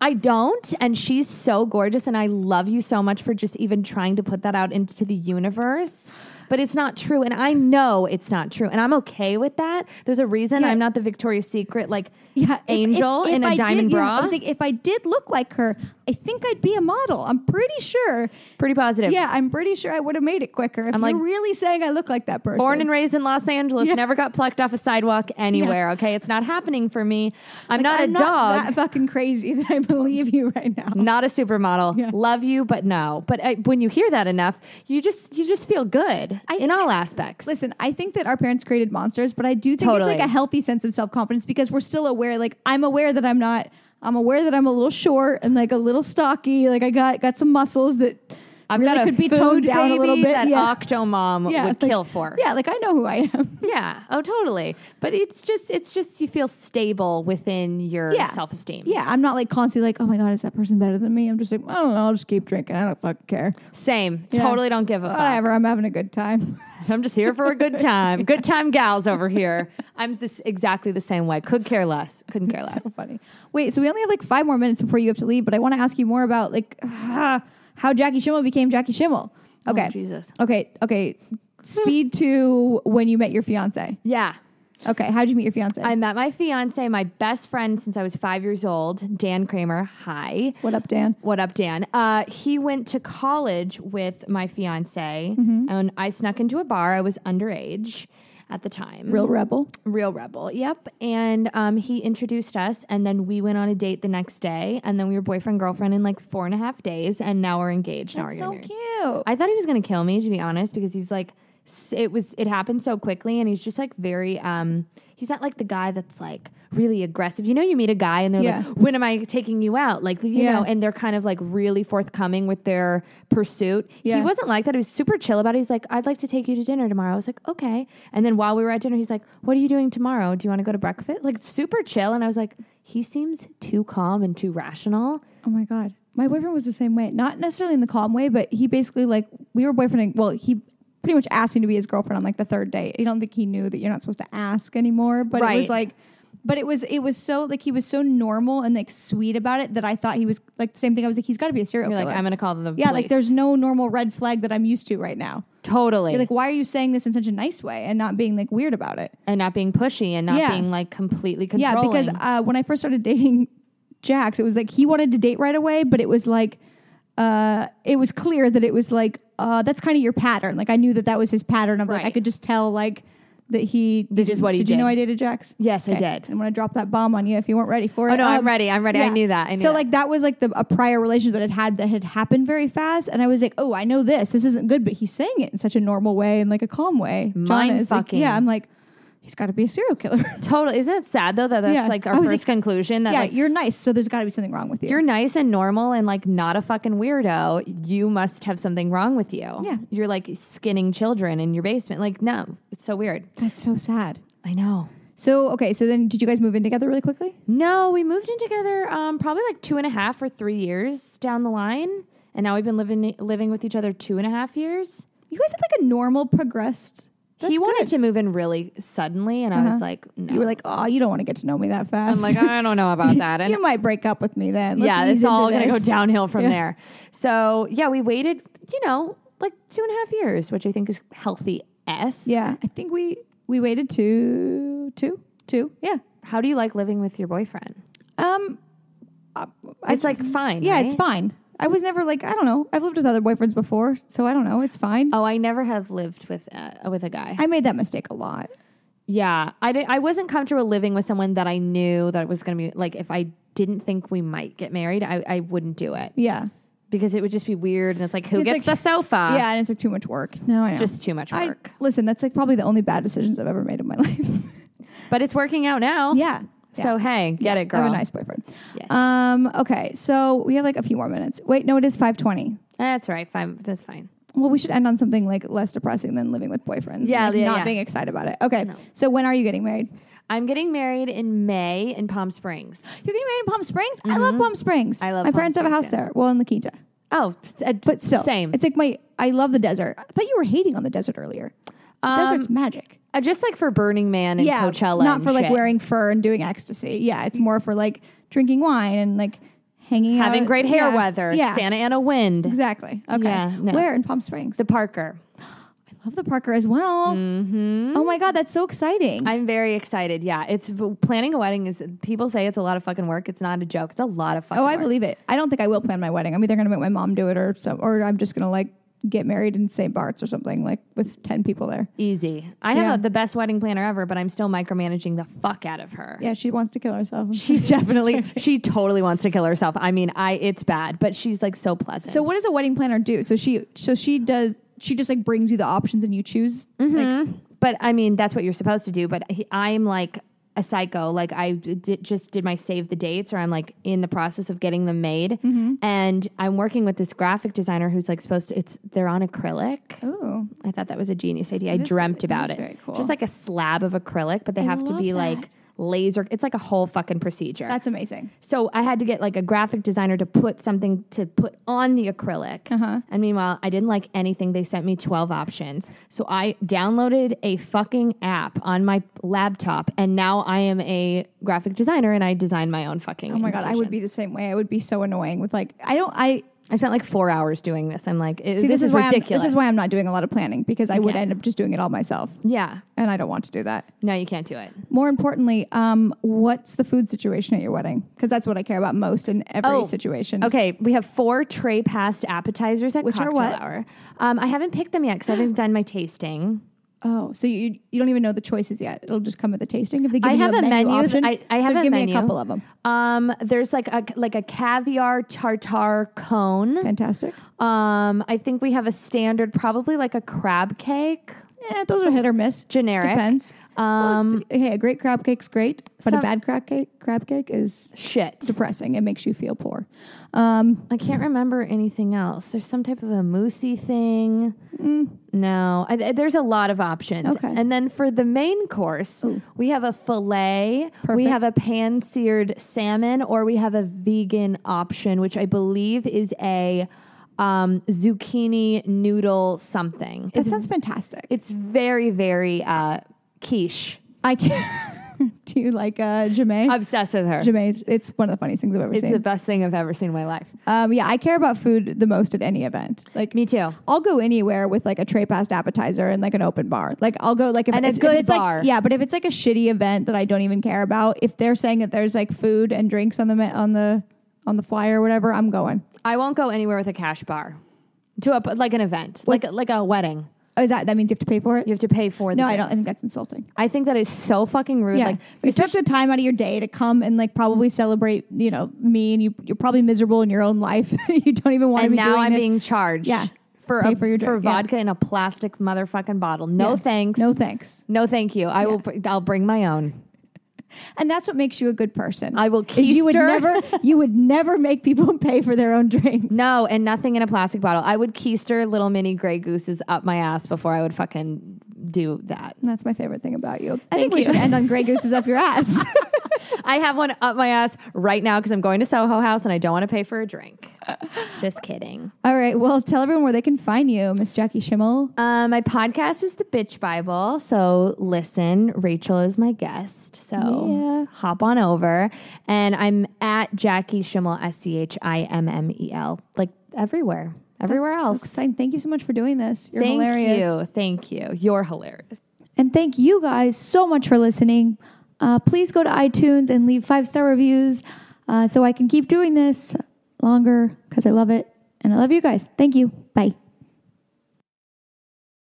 B: I don't, and she's so gorgeous, and I love you so much for just even trying to put that out into the universe. But it's not true, and I know it's not true, and I'm okay with that. There's a reason
A: Yeah.
B: I'm not the Victoria's Secret like
A: Yeah, if- if-
B: angel
A: if
B: in a
A: I did-
B: diamond
A: yeah,
B: bra.
A: I was like, if I did look like her, I think I'd be a model. I'm pretty sure.
B: Pretty positive.
A: Yeah, I'm pretty sure I would have made it quicker. If
B: I'm
A: you're
B: like-
A: really saying I look like that person.
B: Born and raised in Los Angeles,
A: Yeah.
B: never got plucked off a sidewalk anywhere. Okay, it's not happening for me. I'm
A: Like,
B: not
A: I'm
B: a
A: not
B: dog.
A: That fucking crazy <laughs> that I believe you right now.
B: not a supermodel.
A: Yeah.
B: Love you, but no. But I, when you hear that enough, you just you just feel good in all aspects.
A: Listen, I think that our parents created monsters, but I do think
B: Totally.
A: it's like a healthy sense of self confidence because we're still aware. Like I'm aware that I'm not. I'm aware that I'm a little short and like a little stocky. Like I got got some muscles that
B: I've
A: really
B: got a
A: could be
B: food
A: toned down a
B: baby
A: little bit.
B: That
A: yeah.
B: octo mom
A: Yeah,
B: would
A: like-
B: kill for.
A: Yeah, like I know who I
B: <laughs>
A: am.
B: Yeah. Oh, totally. But it's just it's just you feel stable within your
A: Yeah.
B: self esteem.
A: Yeah, I'm not like constantly like, oh my god, is that person better than me? I'm just like, I don't know, I'll just keep drinking. I don't fucking care.
B: Same.
A: Yeah.
B: Totally don't give a fuck.
A: Whatever, I'm having a good time.
B: I'm just here for a good time. Good time gals
A: <laughs>
B: over here. I'm this exactly the same way. Could care less. Couldn't care
A: <laughs>
B: less.
A: so funny. Wait, so we only have like five more minutes before you have to leave, but I want to ask you more about like how Jackie Schimmel became Jackie Schimmel. Okay,
B: Oh, Jesus.
A: okay, okay. Speed to when you met your fiance.
B: Yeah.
A: Okay, how'd you meet your fiance?
B: I met my fiance, my best friend since I was five years old, Dan Kramer. Hi.
A: what up, Dan?
B: What up, Dan? Uh, he went to college with my fiance, and I snuck into a bar. I was underage at the time.
A: Real rebel.
B: Real rebel. Yep. And um, he introduced us, and then we went on a date the next day, and then we were boyfriend girlfriend in like four and a half days, and now we're engaged. now we're getting
C: so
B: married.
C: cute.
B: I thought he was gonna kill me, to be honest, because he was like, s- it was, it happened so quickly, and he's just like very, um, he's not like the guy that's like really aggressive. You know, you meet a guy and they're
A: Yeah.
B: like, when am I taking you out? Like, you
A: Yeah.
B: know, and they're kind of like really forthcoming with their pursuit.
A: Yeah.
B: He wasn't like that. He was super chill about it. He's like, I'd like to take you to dinner tomorrow. I was like, okay. And then while we were at dinner, he's like, what are you doing tomorrow? Do you want to go to breakfast? Like, super chill. And I was like, he seems too calm and too rational.
A: Oh my god. My boyfriend was the same way. Not necessarily in the calm way, but he basically like we were boyfriending well, he pretty much asked me to be his girlfriend on like the third date. I don't think he knew that you're not supposed to ask anymore. But it was
B: Right.
A: like but it was it was so like he was so normal and like sweet about it that I thought he was like the same thing. I was like, he's gotta be a serial
B: You're
A: killer.
B: like, I'm going to call them the
A: yeah, like
B: police."
A: there's no normal red flag that I'm used to right now.
B: totally
A: You're like, why are you saying this in such a nice way and not being like weird about it?
B: and not being pushy and not
A: Yeah.
B: being like completely
A: Yeah,
B: controlling.
A: because uh, when I first started dating <laughs> Jax, it was like he wanted to date right away, but it was like, uh, it was clear that it was like, uh, that's kind of your pattern. Like I knew that that was his pattern. Of like, I
B: Right.
A: could just tell like that he.
B: This is what he
A: did. you know
B: did.
A: I dated Jax?
B: Yes, I did.
A: And when I dropped that bomb on you, if you weren't ready for it.
B: Oh,
A: Um,
B: no, I'm ready. I'm ready. I knew that. I knew
A: so
B: that.
A: like that was like the a prior relationship that it had that had happened very fast, and I was like, oh, I know this. This isn't good, but he's saying it in such a normal way and like a calm way. Jonna
B: Mind
A: is like-
B: fucking.
A: yeah, I'm like, he's got to be a serial killer. <laughs>
B: totally, isn't it sad though that that's
A: Yeah. <laughs>
B: like
A: I
B: our
A: was
B: first
A: like-
B: conclusion that
A: yeah,
B: like
A: you're nice, so there's got to be something wrong with you.
B: you're nice and normal and like not a fucking weirdo. You must have something wrong with you.
A: Yeah.
B: you're like skinning children in your basement. Like no, it's so weird.
A: That's so sad.
B: I know.
A: So okay, so then did you guys move in together really quickly?
B: No, we moved in together um, probably like two and a half or three years down the line, and now we've been living living with each other two and a half years.
A: You guys had like a normal progressed.
B: he wanted
A: good. Uh-huh.
B: to move in really suddenly, and I was like, no.
A: You were like, oh, you don't want to get to know me that fast.
B: <laughs> I'm like, I don't know about that.
A: <laughs>
B: And
A: you might break up with me then. Let's
B: yeah,
A: ease
B: it's all
A: into
B: going to go
A: this.
B: downhill from there. So yeah, we waited, you know, like two and a half years, which I think is healthy. S.
A: Yeah, I think we we waited two, two, two. Yeah.
B: How do you like living with your boyfriend?
A: Um, I
B: It's like fine.
A: yeah, it's
B: right?
A: fine. I was never like, I don't know. I've lived with other boyfriends before, so I don't know. It's fine.
B: Oh, I never have lived with uh, with a guy.
A: I made that mistake a lot.
B: yeah, I di- I wasn't comfortable living with someone that I knew that it was going to be like if I didn't think we might get married, I I wouldn't do it.
A: Yeah.
B: because it would just be weird. And it's like, who
A: It's
B: gets
A: like-
B: the sofa?
A: yeah, and it's like too much work. Uh, No, I
B: It's
A: know.
B: just too much
A: I-
B: work.
A: listen, that's like probably the only bad decisions I've ever made in my <laughs> life.
B: but it's working out now.
A: yeah.
B: Oh, So, hey, get it, girl.
A: I have a nice boyfriend.
B: Yes.
A: Um, okay, so we have like a few more minutes. Wait, no, it is five twenty.
B: That's all right. Fine. That's fine.
A: Well, we should end on something like less depressing than living with boyfriends.
B: Yeah,
A: like,
B: yeah,
A: not
B: yeah.
A: being excited about it. Okay,
B: No.
A: so when are you getting married?
B: I'm getting married in May in Palm Springs.
A: You're getting married in Palm Springs. I love Palm Springs.
B: Mm-hmm. I love
A: My
B: Palm
A: parents have a
B: Springs,
A: house
B: yeah.
A: there. Well, in La Quinta,
B: Oh, s- uh,
A: but still,
B: same.
A: It's like my. I love the desert. I thought you were hating on the desert earlier. The
B: Um,
A: desert's magic.
B: Uh, just like for Burning Man and
A: yeah,
B: Coachella.
A: not
B: and
A: for like
B: shit.
A: wearing fur and doing ecstasy. Yeah, it's more for like drinking wine and like hanging out,
B: having great hair
A: Yeah.
B: weather,
A: Yeah, Mm-hmm.
B: Santa Ana wind,
A: exactly. Okay,
B: Yeah, no.
A: where in Palm Springs?
B: the Parker.
A: Love the Parker as well.
B: Mm-hmm.
A: Oh my God, that's so exciting.
B: I'm very excited. Yeah, it's v- planning a wedding is people say it's a lot of fucking work. It's not a joke. It's a lot of fucking.
A: oh, I
B: work.
A: believe it. I don't think I will plan my wedding. I'm either going to make my mom do it or some, or I'm just going to like get married in St. Bart's or something like with 10 people there.
B: easy. I
A: Yeah.
B: have a, the best wedding planner ever, but I'm still micromanaging the fuck out of her.
A: Yeah, she wants to kill herself.
B: <laughs> She
A: <laughs>
B: definitely, she totally wants to kill herself. I mean, I it's bad, but she's like so pleasant.
A: So what does a wedding planner do? So she, so she does, she just like brings you the options and you choose.
B: but I mean, that's what you're supposed to do. But he, I'm like a psycho. Like I did, just did my save the dates, or I'm like in the process of getting them made,
A: Mm-hmm.
B: and I'm working with this graphic designer who's like supposed to. It's they're on acrylic.
A: Oh,
B: I thought that was a genius idea. I
A: is very-
B: dreamt
A: that
B: about
A: is
B: it.
A: very cool.
B: Just like a slab of acrylic, but they have to
A: love
B: be
A: that.
B: like laser. It's like a whole fucking procedure.
A: that's amazing.
B: So I had to get like a graphic designer to put something to put on the acrylic. And meanwhile, I didn't like anything. They sent me 12 options. So I downloaded a fucking app on my laptop and now I am a graphic designer and I design my own fucking
A: Oh my God, I would be the same way. I would be so annoying with like, I don't, I,
B: I spent like 4 hours doing this. I'm like
A: see,
B: this, is
A: why I'm-
B: ridiculous.
A: this is why I'm not doing a lot of planning because I would end
B: can't.
A: up just doing it all myself.
B: Yeah.
A: And I don't want to do that.
B: No, you can't do it.
A: More importantly, um, what's the food situation at your wedding? Because that's what I care about most in every
B: Oh,
A: situation.
B: Okay, we have four tray past appetizers at
A: Which are
B: cocktail
A: what?
B: hour. Um, I haven't picked them yet because I haven't done my tasting.
A: Oh, so you you don't even know the choices yet. It'll just come at the tasting. If they give
B: I
A: you
B: have
A: a,
B: a
A: menu,
B: menu.
A: option,
B: I- I have
A: so
B: a
A: give me
B: menu.
A: a couple of them.
B: Um, there's like a like a caviar tartar cone.
A: Fantastic.
B: Um, I think we have a standard, probably like a crab cake,
A: Yeah, those are hit or miss.
B: generic.
A: Depends.
B: Um,
A: hey, a great crab cake's great, but a
B: Some-
A: bad crab cake crab cake is
B: shit.
A: depressing. It makes you feel poor. Um,
B: I can't remember anything else. There's some type of a moosey thing. No, I, I- there's a lot of options.
A: Mm. Okay.
B: And then for the main course, we have a filet, we
A: Perfect.
B: have a pan seared salmon, or we have a vegan option, which I believe is a um, zucchini noodle something.
A: that
B: It's,
A: sounds fantastic.
B: it's very, very uh, quiche.
A: I can. <laughs> Do you like uh, Jemay?
B: Obsessed with her.
A: Jemay, it's one of the funniest things I've ever
B: It's
A: seen.
B: the best thing I've ever seen in my life.
A: Um, yeah, I care about food the most at any event. Like
B: Me too.
A: I'll go anywhere with like a tray past appetizer and like an open bar. Like I'll go like if,
B: And a
A: if- if
B: good
A: it's like-
B: bar.
A: yeah, but if it's like a shitty event that I don't even care about, if they're saying that there's like food and drinks on the me- on the on the flyer or whatever, I'm going.
B: I won't go anywhere with a cash bar to a, like an event, like like a wedding.
A: Oh, is that that means you have to pay for it?
B: You have to pay for the
A: no, I don't. I
B: drinks.
A: think that's insulting.
B: I think that is so fucking rude.
A: Yeah,
B: Like Mm-hmm.
A: you took
B: especially-
A: the time out of your day to come and like probably celebrate. You know, me and you. You're probably miserable in your own life. <laughs> you don't even want to
B: and
A: be
B: now
A: doing
B: I'm
A: this.
B: being charged
A: Yeah.
B: for
A: Pay
B: a,
A: for
B: for,
A: your drink, yeah.
B: vodka in a plastic motherfucking bottle. No
A: Yeah.
B: thanks.
A: no
B: No,
A: thanks.
B: thank you. I will. br- I'll bring my own.
A: And that's what makes you a good person.
B: I will
A: is you would
B: keister. <laughs>
A: never you would never make people pay for their own drinks.
B: No, and nothing in a plastic bottle. I would keister little mini gray gooses up my ass before I would fucking do that.
A: That's my favorite thing about you. I think we
B: you.
A: should end on
B: <laughs>
A: Grey Gooses up your ass. <laughs>
B: I have one up my ass right now because I'm going to Soho House and I don't want to pay for
A: <laughs>
B: a drink. Just kidding.
A: All right. Well, tell everyone where they can find you, Miss Jackie Schimmel.
B: Uh, my podcast is the Bitch Bible, so listen. Rachel is my guest, so
A: Yeah.
B: hop on over. And I'm at Jackie Schimmel, S C H I M M E L, like everywhere, everywhere
A: That's so
B: else.
A: exciting. Thank you so much for doing this. You're
B: Thank
A: hilarious.
B: you, thank you. You're hilarious.
A: And thank you guys so much for listening. Uh, please go to iTunes and leave five star reviews uh, so I can keep doing this longer because I love it. And I love you guys. Thank you. Bye.